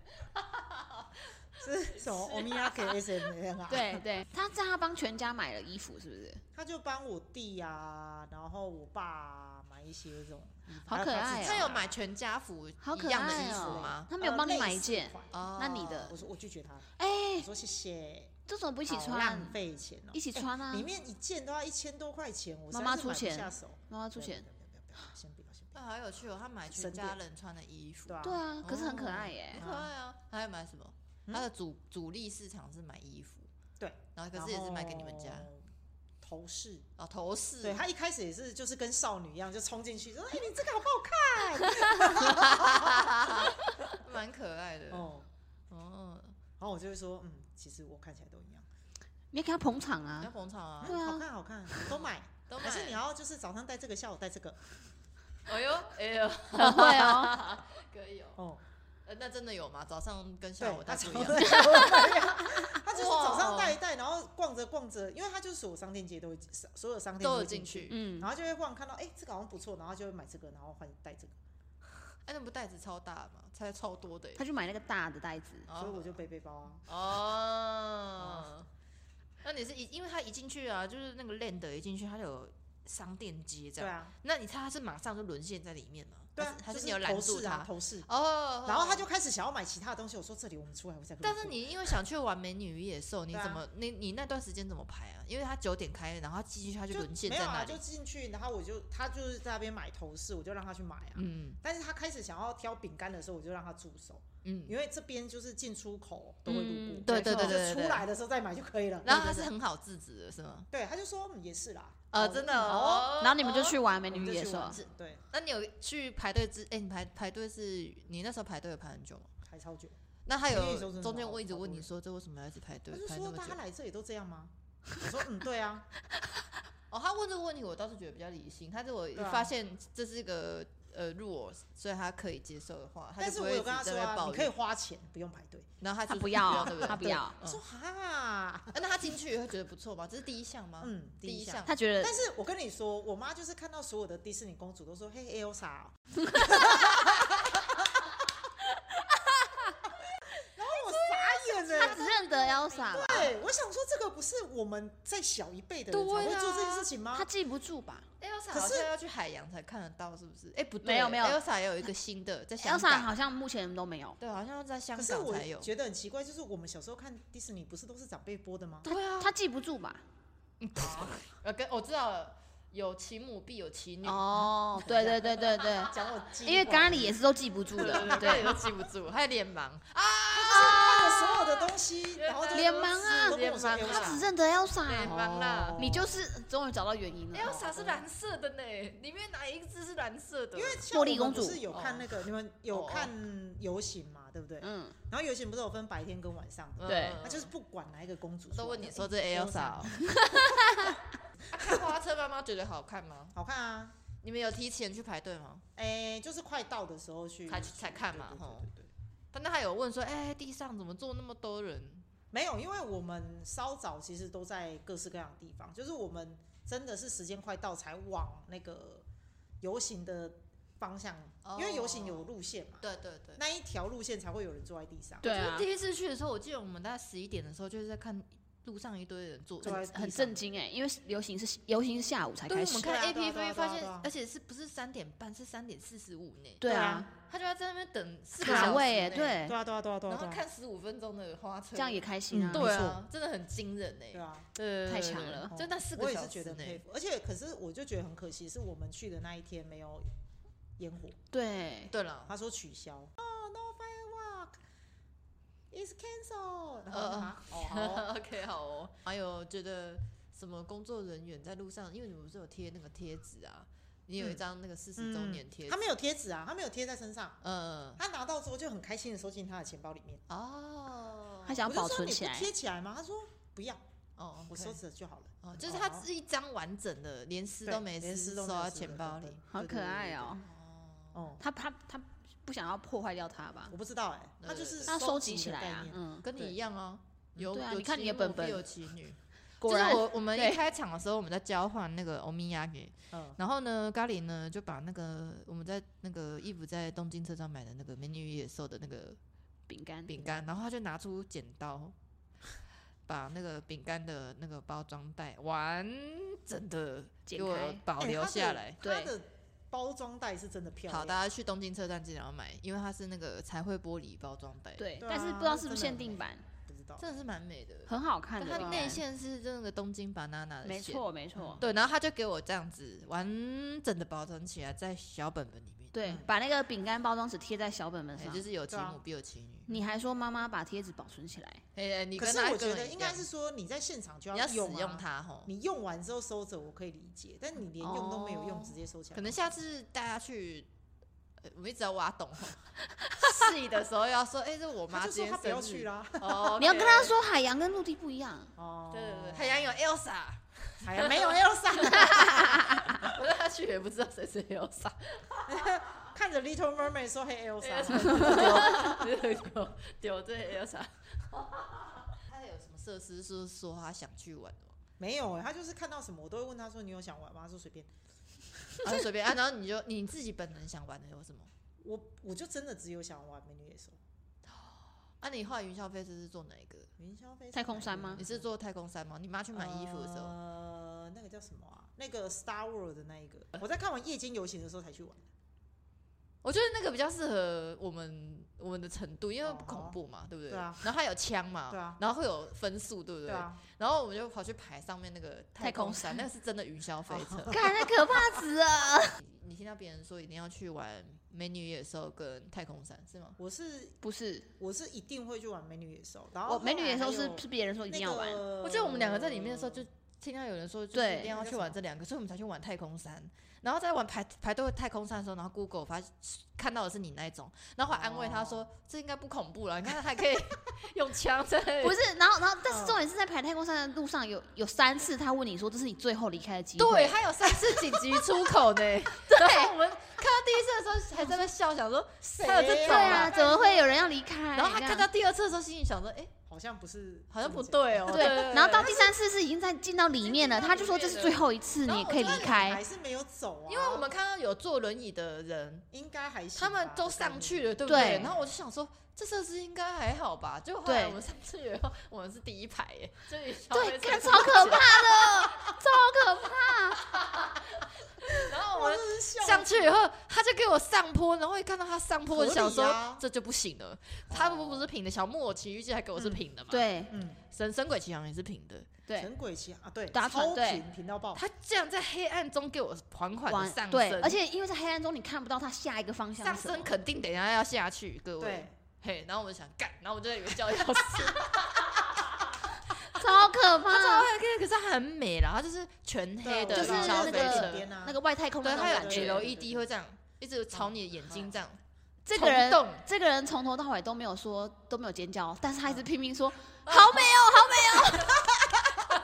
Speaker 3: 是什么？欧米亚 K S M N 啊？，
Speaker 1: 对对，她这样帮全家买了衣服，是不是？
Speaker 3: 他就帮我弟啊，然后我爸、啊、买一些这种衣服，
Speaker 1: 好
Speaker 3: 还有
Speaker 1: 可
Speaker 3: 他
Speaker 1: 爱
Speaker 3: 自
Speaker 1: 哦
Speaker 3: 己
Speaker 2: 他有买全家福
Speaker 1: 好
Speaker 2: 一
Speaker 1: 可
Speaker 2: 样的
Speaker 1: 爱
Speaker 2: 衣
Speaker 1: 哦、
Speaker 2: 服吗？
Speaker 1: 他没有帮你
Speaker 3: 呃
Speaker 1: 买一
Speaker 3: 类似
Speaker 1: 件，
Speaker 3: 款
Speaker 2: 哦，
Speaker 1: 那你的
Speaker 3: 我说我拒绝他，
Speaker 1: 哎、
Speaker 3: 我说谢谢，
Speaker 1: 这种不一起
Speaker 3: 好
Speaker 1: 穿
Speaker 3: 浪，费钱哦，
Speaker 1: 一起穿啊
Speaker 3: 里，面一件都要一千多块钱，我实在
Speaker 1: 妈妈
Speaker 3: 是
Speaker 1: 出
Speaker 3: 买不
Speaker 1: 钱
Speaker 3: 下手，
Speaker 1: 妈妈出钱，
Speaker 3: 不要，不要不要不要不要先不要，先不
Speaker 2: 那
Speaker 3: 要，
Speaker 2: 好有趣哦，他买全
Speaker 3: 省
Speaker 2: 家
Speaker 3: 点
Speaker 2: 人穿的衣服，
Speaker 3: 对啊，
Speaker 1: 对啊，可是很可爱耶、
Speaker 2: 很可爱啊。他还买什么？
Speaker 3: 嗯
Speaker 2: 他的主主力市场是买衣服，
Speaker 3: 对，
Speaker 2: 然后可是也是买给你们家
Speaker 3: 然后头饰，
Speaker 2: 哦，头饰，
Speaker 3: 对
Speaker 2: 他
Speaker 3: 他一开始也是就是跟少女一样，就冲进去说：“哎、你这个好不
Speaker 2: 蛮可爱的
Speaker 3: 好看哦。
Speaker 2: 哦，”
Speaker 3: 然后我就会说：“嗯，其实我看起来都一样，
Speaker 1: 你也给他捧场
Speaker 2: 你要
Speaker 1: 啊，
Speaker 2: 捧场啊
Speaker 1: 对，啊
Speaker 3: 好看好看，我都买。
Speaker 2: 都买
Speaker 3: 可。是你要就是早上戴这个，下午戴这个
Speaker 2: 哎呦哎呦，
Speaker 1: 很会哦、
Speaker 2: 可以哦。
Speaker 3: 哦。
Speaker 2: 呃那真的有吗？早上跟下午
Speaker 3: 对，
Speaker 2: 大
Speaker 3: 他
Speaker 2: 不
Speaker 3: 早
Speaker 2: 一
Speaker 3: 上
Speaker 2: 样。
Speaker 3: 戴下午戴 这个他就是
Speaker 2: 哇
Speaker 3: 早上戴一戴，然后逛着逛着，因为他就是所有商店街都会，所有商店
Speaker 2: 都有
Speaker 3: 会
Speaker 2: 进
Speaker 3: 去，
Speaker 2: 去。
Speaker 1: 嗯，
Speaker 3: 然后就会晃看到，哎、这个好像不错，然后就会买这个，然后换戴这个。
Speaker 2: 哎，那不袋子超大吗？才超多的耶。
Speaker 1: 他就买那个大的袋子，
Speaker 2: 哦
Speaker 3: 所以我就背背包啊。
Speaker 2: 哦。那你是一，因为他一进去啊，就是那个 land 一进去，他就有商店街这
Speaker 3: 对
Speaker 2: 样。
Speaker 3: 啊，
Speaker 2: 那你猜他是马上就沦陷在里面吗？
Speaker 3: 对
Speaker 2: 还
Speaker 3: 啊
Speaker 2: 是，还
Speaker 3: 就是
Speaker 2: 你有拦
Speaker 3: 投
Speaker 2: 住
Speaker 3: 诉啊，
Speaker 2: 他？
Speaker 3: 投诉。
Speaker 2: 哦，
Speaker 3: 然后他就开始想要买其他的东西，我说这里我们出来我再跟
Speaker 2: 但
Speaker 3: 你
Speaker 2: 是
Speaker 3: 说
Speaker 2: 你因为想去玩《美女与野兽》，你
Speaker 3: 对啊
Speaker 2: 怎么、你你那段时间怎么排啊？因为他九点开，然后他继续下去
Speaker 3: 就
Speaker 2: 沦陷
Speaker 3: 没
Speaker 2: 在
Speaker 3: 有
Speaker 2: 那
Speaker 3: 啊，
Speaker 2: 里。
Speaker 3: 就进去，然后我就他就是在那边买头饰，我就让他去买啊。
Speaker 2: 嗯
Speaker 3: 但是他开始想要挑饼干的时候，我就让他住手，
Speaker 2: 嗯，
Speaker 3: 因为这边就是进出口都会路过，
Speaker 1: 嗯
Speaker 2: 对对
Speaker 3: 所
Speaker 2: 对
Speaker 3: 以
Speaker 2: 对对
Speaker 3: 就
Speaker 2: 对
Speaker 3: 出来的时候再买就可以了。
Speaker 2: 然后他是很好制止的，是吗？
Speaker 3: 对，他就说嗯也是啦，
Speaker 2: 呃，
Speaker 3: 哦
Speaker 2: 真的
Speaker 3: 嗯哦，
Speaker 2: 哦。
Speaker 1: 然后你们就
Speaker 2: 哦
Speaker 1: 去玩《美
Speaker 3: 我
Speaker 1: 女
Speaker 3: 们
Speaker 1: 与
Speaker 3: 就去
Speaker 1: 野兽
Speaker 3: 玩》，对，
Speaker 2: 那你有去排队之？哎、你排排队是你那时候排队有排很久吗？
Speaker 3: 排超久。
Speaker 2: 那他
Speaker 3: 因为那时候
Speaker 2: 有
Speaker 3: 真的
Speaker 2: 中间
Speaker 3: 好
Speaker 2: 我一直
Speaker 3: 好多
Speaker 2: 问你
Speaker 3: 人
Speaker 2: 说，这为什么要一直排队
Speaker 3: 他就
Speaker 2: 排那
Speaker 3: 说
Speaker 2: 么
Speaker 3: 大
Speaker 2: 久
Speaker 3: 家？来这里都这样吗？ 我说嗯，对啊，
Speaker 2: 哦，他问这个问题我倒是觉得比较理性，他是我
Speaker 3: 对啊
Speaker 2: 发现这是一个呃入我，所以他可以接受的话， 他
Speaker 3: 但
Speaker 2: 就是不
Speaker 3: 我
Speaker 2: 会一
Speaker 3: 有
Speaker 2: 直
Speaker 3: 跟他
Speaker 2: 在
Speaker 3: 说
Speaker 2: 那边
Speaker 3: 啊，
Speaker 2: 抱
Speaker 3: 你可以
Speaker 2: 怨。
Speaker 3: 花钱，不用排队。
Speaker 2: 然后他
Speaker 1: 他
Speaker 2: 就是
Speaker 1: 不要啊
Speaker 2: 对不，对？
Speaker 1: 他不要，
Speaker 2: 嗯
Speaker 3: 我说哈，
Speaker 2: 呃那他进去也会觉得不错吧？这是第一项吗？
Speaker 3: 嗯，
Speaker 2: 第
Speaker 3: 第一
Speaker 2: 一
Speaker 3: 项。
Speaker 2: 项。
Speaker 1: 他觉得
Speaker 3: 但是我跟你说，我妈就是看到所有的迪士尼公主都说：“嘿，Elsa 哦。” 然后我傻眼
Speaker 1: 他
Speaker 3: 了。
Speaker 1: 只认得 Elsa，吧
Speaker 3: 对，我想说这个不是我们在小一辈的人才
Speaker 2: 对啊
Speaker 3: 会做这件事情吗
Speaker 1: 他？记不住吧
Speaker 2: 哎 Elsa
Speaker 3: 可
Speaker 2: 好
Speaker 3: 是
Speaker 2: 像要去海洋才看得到，是不是？哎，不对，
Speaker 1: 没有没有
Speaker 2: ，Elsa 也有一个新的在香
Speaker 1: ？Elsa
Speaker 2: 港，
Speaker 1: 好像目前都没有，
Speaker 2: 对，好像在香
Speaker 3: 可是
Speaker 2: 港
Speaker 3: 我
Speaker 2: 才有。
Speaker 3: 觉得很奇怪，就是我们小时候看迪士尼不是都是长辈播的吗？
Speaker 2: 对啊，
Speaker 1: 他记不住吧？
Speaker 2: 呃，跟 我知道了，有其母必有其女，
Speaker 1: 哦，对对对对对，
Speaker 3: 讲我 记忆
Speaker 1: 因为
Speaker 3: 不
Speaker 1: 咖
Speaker 3: 好啊
Speaker 1: 喱也是都记不住
Speaker 2: 对对
Speaker 1: 的，
Speaker 2: 对，他也
Speaker 1: 对，
Speaker 2: 都记不住，他也脸盲。
Speaker 3: 看了所有的东西，然后就
Speaker 1: 脸盲啊
Speaker 3: 都跟我说
Speaker 2: 脸盲
Speaker 3: Elsa
Speaker 1: 他只认得 Elsa，
Speaker 2: 脸盲啦
Speaker 1: 你就是终于找到原因
Speaker 3: 哎
Speaker 1: 了。哦
Speaker 2: Elsa 哎是蓝色的呢，里面哪一只是蓝色的？
Speaker 3: 因为
Speaker 1: 茉莉公
Speaker 3: 像我们不
Speaker 1: 主
Speaker 3: 是有看那个，你们有看游行嘛？对不对？
Speaker 1: 嗯，
Speaker 3: 然后游行不是有分白天跟晚上的
Speaker 2: 嗯
Speaker 3: 吗？
Speaker 1: 对
Speaker 3: 他就是不管哪一个公主出来，
Speaker 2: 都问你说这
Speaker 3: 哎
Speaker 2: Elsa，哦 啊看花车妈妈觉得好看吗？
Speaker 3: 好看啊，
Speaker 2: 你们有提前去排队吗？
Speaker 3: 哎，就是快到的时候去
Speaker 2: 才去才看嘛
Speaker 3: 对对
Speaker 2: 吼
Speaker 3: 对对对对
Speaker 2: 但那还有问说，哎，地上怎么坐那么多人？
Speaker 3: 没有，因为我们稍早其实都在各式各样的地方，就是我们真的是时间快到才往那个游行的方向，因为游行有路线嘛，
Speaker 2: 对对对。
Speaker 3: 那一条路线才会有人坐在地上。
Speaker 1: 对啊
Speaker 2: 第，一次去的时候，我记得我们大概十一点的时候，就是在看路上一堆人坐，
Speaker 3: 坐在地上
Speaker 1: 很震惊哎，因为流行是流行是下午才
Speaker 2: 对，
Speaker 1: 开
Speaker 2: 我
Speaker 1: 始
Speaker 2: 们，看
Speaker 3: 对啊对啊对
Speaker 2: APP
Speaker 3: 啊
Speaker 2: 发
Speaker 3: 对啊
Speaker 2: 现
Speaker 3: 对啊，
Speaker 2: 而且是不是三点半，是三点四十五呢？
Speaker 1: 对
Speaker 3: 啊
Speaker 1: 啊，
Speaker 2: 他就要在那边等四个
Speaker 1: 卡
Speaker 2: 小时
Speaker 1: 位哎，
Speaker 2: 呢，
Speaker 1: 对
Speaker 3: 对，啊，对啊，对啊，对啊，
Speaker 2: 然
Speaker 3: 对
Speaker 2: 后
Speaker 3: 啊
Speaker 2: 看十五分钟的花车，
Speaker 1: 这样也开心啊
Speaker 3: 嗯。
Speaker 2: 对啊，真的很惊人哎
Speaker 3: 对，啊，
Speaker 2: 对，
Speaker 1: 太强了
Speaker 2: 就那四
Speaker 3: 我
Speaker 2: 个
Speaker 3: 也
Speaker 2: 小
Speaker 3: 是
Speaker 2: 时
Speaker 3: 觉得很
Speaker 2: 内
Speaker 3: 佩服。而且，可是我就觉得很可惜，是我们去的那一天没有烟火，
Speaker 1: 对，
Speaker 2: 对了，
Speaker 3: 他说取消。哦、n o firework is cancelled。然后
Speaker 2: 呃
Speaker 3: 他、哦好哦
Speaker 2: OK，好哦。还有觉得什么工作人员在路上，因为你们不是有贴那个贴纸啊？你有一
Speaker 3: 嗯
Speaker 2: 张那个四十周年贴
Speaker 3: 他
Speaker 2: 纸，
Speaker 3: 没有贴纸啊，他没有贴在身上。
Speaker 2: 嗯，
Speaker 3: 他拿到之后就很开心的收进他的钱包里面。
Speaker 2: 哦，
Speaker 1: 他想要
Speaker 3: 我就
Speaker 1: 保
Speaker 3: 说
Speaker 1: 存
Speaker 3: 你
Speaker 1: 起
Speaker 3: 不
Speaker 1: 来。
Speaker 3: 贴起来吗？他说不要，
Speaker 2: 哦，
Speaker 3: 我
Speaker 2: OK
Speaker 3: 收着就好了。
Speaker 2: 哦，就是它是一张完整的，连撕
Speaker 3: 对
Speaker 2: 都没
Speaker 3: 连
Speaker 2: 撕，
Speaker 3: 撕
Speaker 2: 收
Speaker 3: 都没有
Speaker 2: 到
Speaker 3: 撕
Speaker 2: 钱
Speaker 3: 的
Speaker 2: 包
Speaker 3: 对
Speaker 2: 里
Speaker 3: 对。
Speaker 1: 好可爱哦、
Speaker 2: 哦，
Speaker 3: 哦、
Speaker 1: 他他他不想要破坏掉它吧
Speaker 3: 我？不知道哎、
Speaker 2: 对
Speaker 3: 他就
Speaker 2: 对
Speaker 3: 是
Speaker 2: 对
Speaker 1: 他
Speaker 3: 收
Speaker 1: 集
Speaker 3: 集
Speaker 1: 起
Speaker 3: 的
Speaker 1: 来
Speaker 3: 概
Speaker 1: 啊，
Speaker 3: 念。
Speaker 1: 嗯，
Speaker 2: 跟你
Speaker 3: 对
Speaker 2: 一样啊。有
Speaker 1: 对啊
Speaker 2: 有
Speaker 1: 你看
Speaker 2: 其
Speaker 1: 你的
Speaker 2: 母
Speaker 1: 本
Speaker 2: 必
Speaker 1: 本
Speaker 2: 有其女，
Speaker 1: 果
Speaker 2: 就是
Speaker 1: 然
Speaker 2: 我我们一
Speaker 1: 对
Speaker 2: 开场的时候，我们在交换那个欧米亚给，
Speaker 3: 嗯，
Speaker 2: 然后呢，咖喱呢就把那个我们在那个衣服在东京车站买的那个美女与野兽的那个
Speaker 1: 饼干
Speaker 2: 饼干，然后他就拿出剪刀，把那个饼干的那个包装袋完整的
Speaker 1: 剪
Speaker 2: 给我
Speaker 1: 开，
Speaker 2: 保
Speaker 3: 哎
Speaker 2: 留
Speaker 3: 它的
Speaker 2: 下来。
Speaker 3: 它
Speaker 1: 对
Speaker 3: 的包装袋是真的漂亮。
Speaker 2: 好，大家去东京车站记得要买，因为它是那个彩绘玻璃包装袋，，
Speaker 1: 对，
Speaker 3: 对
Speaker 1: 但是
Speaker 3: 啊
Speaker 1: 不知道
Speaker 3: 那
Speaker 1: 是不
Speaker 3: 真的
Speaker 1: 是限
Speaker 3: 很
Speaker 1: 定
Speaker 3: 美
Speaker 1: 版，
Speaker 3: 不知道。
Speaker 2: 真的是蛮美的。
Speaker 1: 很好看
Speaker 2: 但
Speaker 1: 的
Speaker 2: 它
Speaker 1: 饼干。
Speaker 2: 内馅是那个东京 banana 的
Speaker 1: 没
Speaker 2: 馅，
Speaker 1: 错没错，
Speaker 2: 对，然后他就给我这样子完整的包装起来，在小本本里面，
Speaker 1: 对
Speaker 3: 嗯，
Speaker 1: 把那个饼干包装纸贴在小本本
Speaker 2: 哎
Speaker 1: 上
Speaker 2: 就。是有其
Speaker 3: 对啊
Speaker 2: 母必有其女。
Speaker 1: 你还说妈妈把贴纸保存起来，
Speaker 2: 哎、哎你
Speaker 3: 可
Speaker 2: 跟
Speaker 3: 是
Speaker 2: 他
Speaker 3: 我
Speaker 2: 根
Speaker 3: 觉
Speaker 2: 本
Speaker 3: 得
Speaker 2: 一
Speaker 3: 应该
Speaker 2: 样
Speaker 3: 是说你在现场就
Speaker 2: 你要使
Speaker 3: 用啊
Speaker 2: 用它吼。
Speaker 3: 你用完之后收着，我可以理解，但你连用都没有用，
Speaker 2: 哦
Speaker 3: 直接收起来，
Speaker 2: 可能下次大家去，呃我们一直在挖洞 吼，细的时候要说，哎、这我
Speaker 3: 他
Speaker 2: 妈
Speaker 3: 就
Speaker 2: 今天
Speaker 3: 说他不要
Speaker 2: 生
Speaker 3: 去啊
Speaker 2: 日。
Speaker 3: 啦。
Speaker 2: 哦
Speaker 1: 你要跟他
Speaker 2: ，OK
Speaker 1: 说海洋跟陆地不一样。
Speaker 3: 哦
Speaker 2: 对对对，海洋有 Elsa，
Speaker 3: 哎呀，没有 Elsa，
Speaker 2: 我带他去也不知道谁是 Elsa。
Speaker 3: 看着 Little Mermaid 说嘿 Elsa，
Speaker 2: 丢丢这 Elsa。他有什么设施是说他想去玩的吗？
Speaker 3: 没有欸，他就是看到什么我都会问他说你有想玩吗？他说随便，
Speaker 2: 啊，随便啊，然后你就你自己本人想玩的有什么？
Speaker 3: 我我就真的只有想玩美女野兽，
Speaker 2: 啊，你后来云霄飞车是坐哪一个？
Speaker 3: 云霄飞车
Speaker 1: 太空山吗
Speaker 2: 你是坐太空山吗？你妈去买衣服的时候，
Speaker 3: 呃呃，那个叫什么啊？那个 Star World 的那一个，我在看完《夜间游行》的时候才去玩。
Speaker 2: 我觉得那个比较适合我们我们的程度，因为不恐怖嘛，对不对？
Speaker 3: 哦对啊
Speaker 2: 然后它有枪嘛，
Speaker 3: 对啊
Speaker 2: 然后会有分数，对不对？
Speaker 3: 对啊，
Speaker 2: 然后我们就跑去排上面那个
Speaker 1: 太空
Speaker 2: 空伞，那个是真的云霄飞车。
Speaker 3: 哦
Speaker 1: 看那可怕死了，
Speaker 2: 你听到别人说一定要去玩美女与野兽跟太空伞是吗？
Speaker 3: 我是
Speaker 1: 不是？
Speaker 3: 我是一定会去玩《美女野兽》，然后
Speaker 1: 我
Speaker 3: 后
Speaker 1: 美女
Speaker 3: 来
Speaker 1: 野兽
Speaker 3: 还
Speaker 1: 是
Speaker 3: 有
Speaker 1: 是别人说一定要玩，
Speaker 3: 那个
Speaker 2: 我觉得我们两个在里面的时候就。听到有人说，就是
Speaker 1: 对
Speaker 2: 一定要去玩这两个，所以我们才去玩太空山。然后在玩排排队太空山的时候，然后 Google 发看到的是你那一种，然后还安慰他说：“这应该不恐怖了，你看还可以 用枪在那里
Speaker 1: 不是？然后然后，但是重点是在排太空山的路上有有三次，他问你说这是你最后离开的机会。
Speaker 2: 对，，还有三次紧急出口呢。然后我们看到第一次的时候还在那笑， 想说
Speaker 3: 谁
Speaker 2: 还有这
Speaker 1: 对
Speaker 2: 种
Speaker 1: 啊，
Speaker 2: 啊
Speaker 1: 怎么会有人要离开？
Speaker 2: 然后
Speaker 1: 这
Speaker 2: 他看
Speaker 1: 样
Speaker 2: 到第二次的时候，心里想说：“哎、
Speaker 3: 好像不是， 啊
Speaker 2: 好像不。对哦。”
Speaker 1: 对，然后到
Speaker 2: 当
Speaker 1: 第三次是已经在进到里面了，他就说这是最后一次，
Speaker 2: 然
Speaker 1: 你
Speaker 2: 后
Speaker 1: 也可
Speaker 2: 我
Speaker 1: 以
Speaker 2: 就
Speaker 1: 离
Speaker 2: 在
Speaker 1: 开。
Speaker 3: 还是没有走啊，
Speaker 2: 因为我们看到有坐轮椅的人，
Speaker 3: 应该还行吧
Speaker 2: 他们都上，去了，对不
Speaker 1: 对
Speaker 2: 然后我就想说，这设施应该还好吧？就后来
Speaker 1: 对
Speaker 2: 我们上去以后，我们是第一排耶， 就一小
Speaker 1: 对
Speaker 2: 飞，车
Speaker 1: 看超
Speaker 2: 上
Speaker 1: 可
Speaker 2: 去
Speaker 1: 怕 的，超可怕。
Speaker 2: 然后
Speaker 3: 我
Speaker 2: 我们
Speaker 3: 哦真是笑
Speaker 2: 上去以后，他就给我上坡，然后一看到他上坡，我就想
Speaker 3: 合
Speaker 2: 说
Speaker 3: 理啊
Speaker 2: 这就不行了。他们不是平的，小木偶奇遇记还给我是平的嘛？，
Speaker 1: 对
Speaker 3: 嗯，
Speaker 2: 神神鬼奇航也是平的。
Speaker 1: 对，
Speaker 3: 神鬼奇啊，对，
Speaker 1: 搭船
Speaker 3: 超
Speaker 1: 对
Speaker 3: 平平到爆，
Speaker 2: 他竟然在黑暗中给我缓缓的
Speaker 1: 哦
Speaker 2: 上升，
Speaker 1: 对，而且因为在黑暗中你看不到他下一个方向
Speaker 2: 上
Speaker 1: 是什么
Speaker 2: 升肯定等一下要下去，各位
Speaker 3: 对。，
Speaker 2: 嘿，然后我就想干，然后我就在里面叫钥匙。
Speaker 1: 超可
Speaker 2: 它超
Speaker 1: 怕。
Speaker 2: 黑，可是它很美啦，它就是全黑的
Speaker 1: 啊就
Speaker 3: 对
Speaker 1: 是
Speaker 3: 我知道
Speaker 2: 消
Speaker 1: 那
Speaker 2: 费
Speaker 1: 个
Speaker 2: 者，
Speaker 3: 边啊
Speaker 1: 那个外太空的
Speaker 2: 对，
Speaker 1: 那种
Speaker 2: 它
Speaker 1: 感觉，
Speaker 2: 有
Speaker 3: 对对对
Speaker 2: LED 会这样一直朝你的眼睛这样
Speaker 1: 这个人
Speaker 2: 冲动，
Speaker 1: 这个人从头到尾都没有说都没有尖叫，但是他一直拼命说
Speaker 2: 嗯
Speaker 1: 好美哦，好美。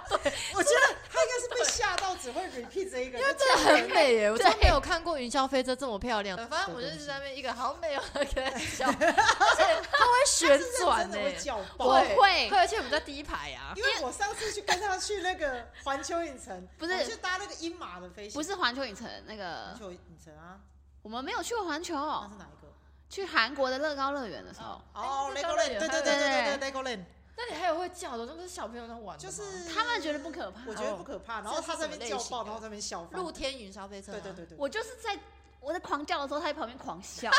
Speaker 3: 我觉得他应该是被吓到，只会 repeat 这一个，因为
Speaker 2: 真的很美耶！我
Speaker 1: 对
Speaker 2: 真没有看过云霄飞车这么漂亮。反正我就是在那边一个好美哦， 跟他笑，而且它会旋转
Speaker 3: 真
Speaker 2: 呢
Speaker 3: 的，会叫
Speaker 1: 我
Speaker 3: 爆。
Speaker 1: 会
Speaker 2: 而且我们在第一排啊，
Speaker 3: 因为我上次去跟他去那个环球影城，
Speaker 1: 不是
Speaker 3: 我们去搭那个英马的飞行，
Speaker 1: 不是环球影城那
Speaker 3: 环
Speaker 1: 个，
Speaker 3: 球影城啊，
Speaker 1: 我们没有去过环球，
Speaker 3: 那是哪一个？
Speaker 1: 去韩国的乐高乐园的时候，
Speaker 3: 哦
Speaker 2: 那个
Speaker 3: ，Legoland，对对对对对对，Legoland，
Speaker 2: 那你还有会叫的，那不是小朋友在玩的
Speaker 3: 就
Speaker 2: 吗
Speaker 3: 是
Speaker 1: 他们觉得不可怕
Speaker 3: 我觉得不可怕。然后他在那边叫爆，然后在那边笑翻。
Speaker 2: 露天云霄飞车啊，
Speaker 3: 对对对对，
Speaker 1: 我就是在我在狂叫的时候，他在旁边狂笑，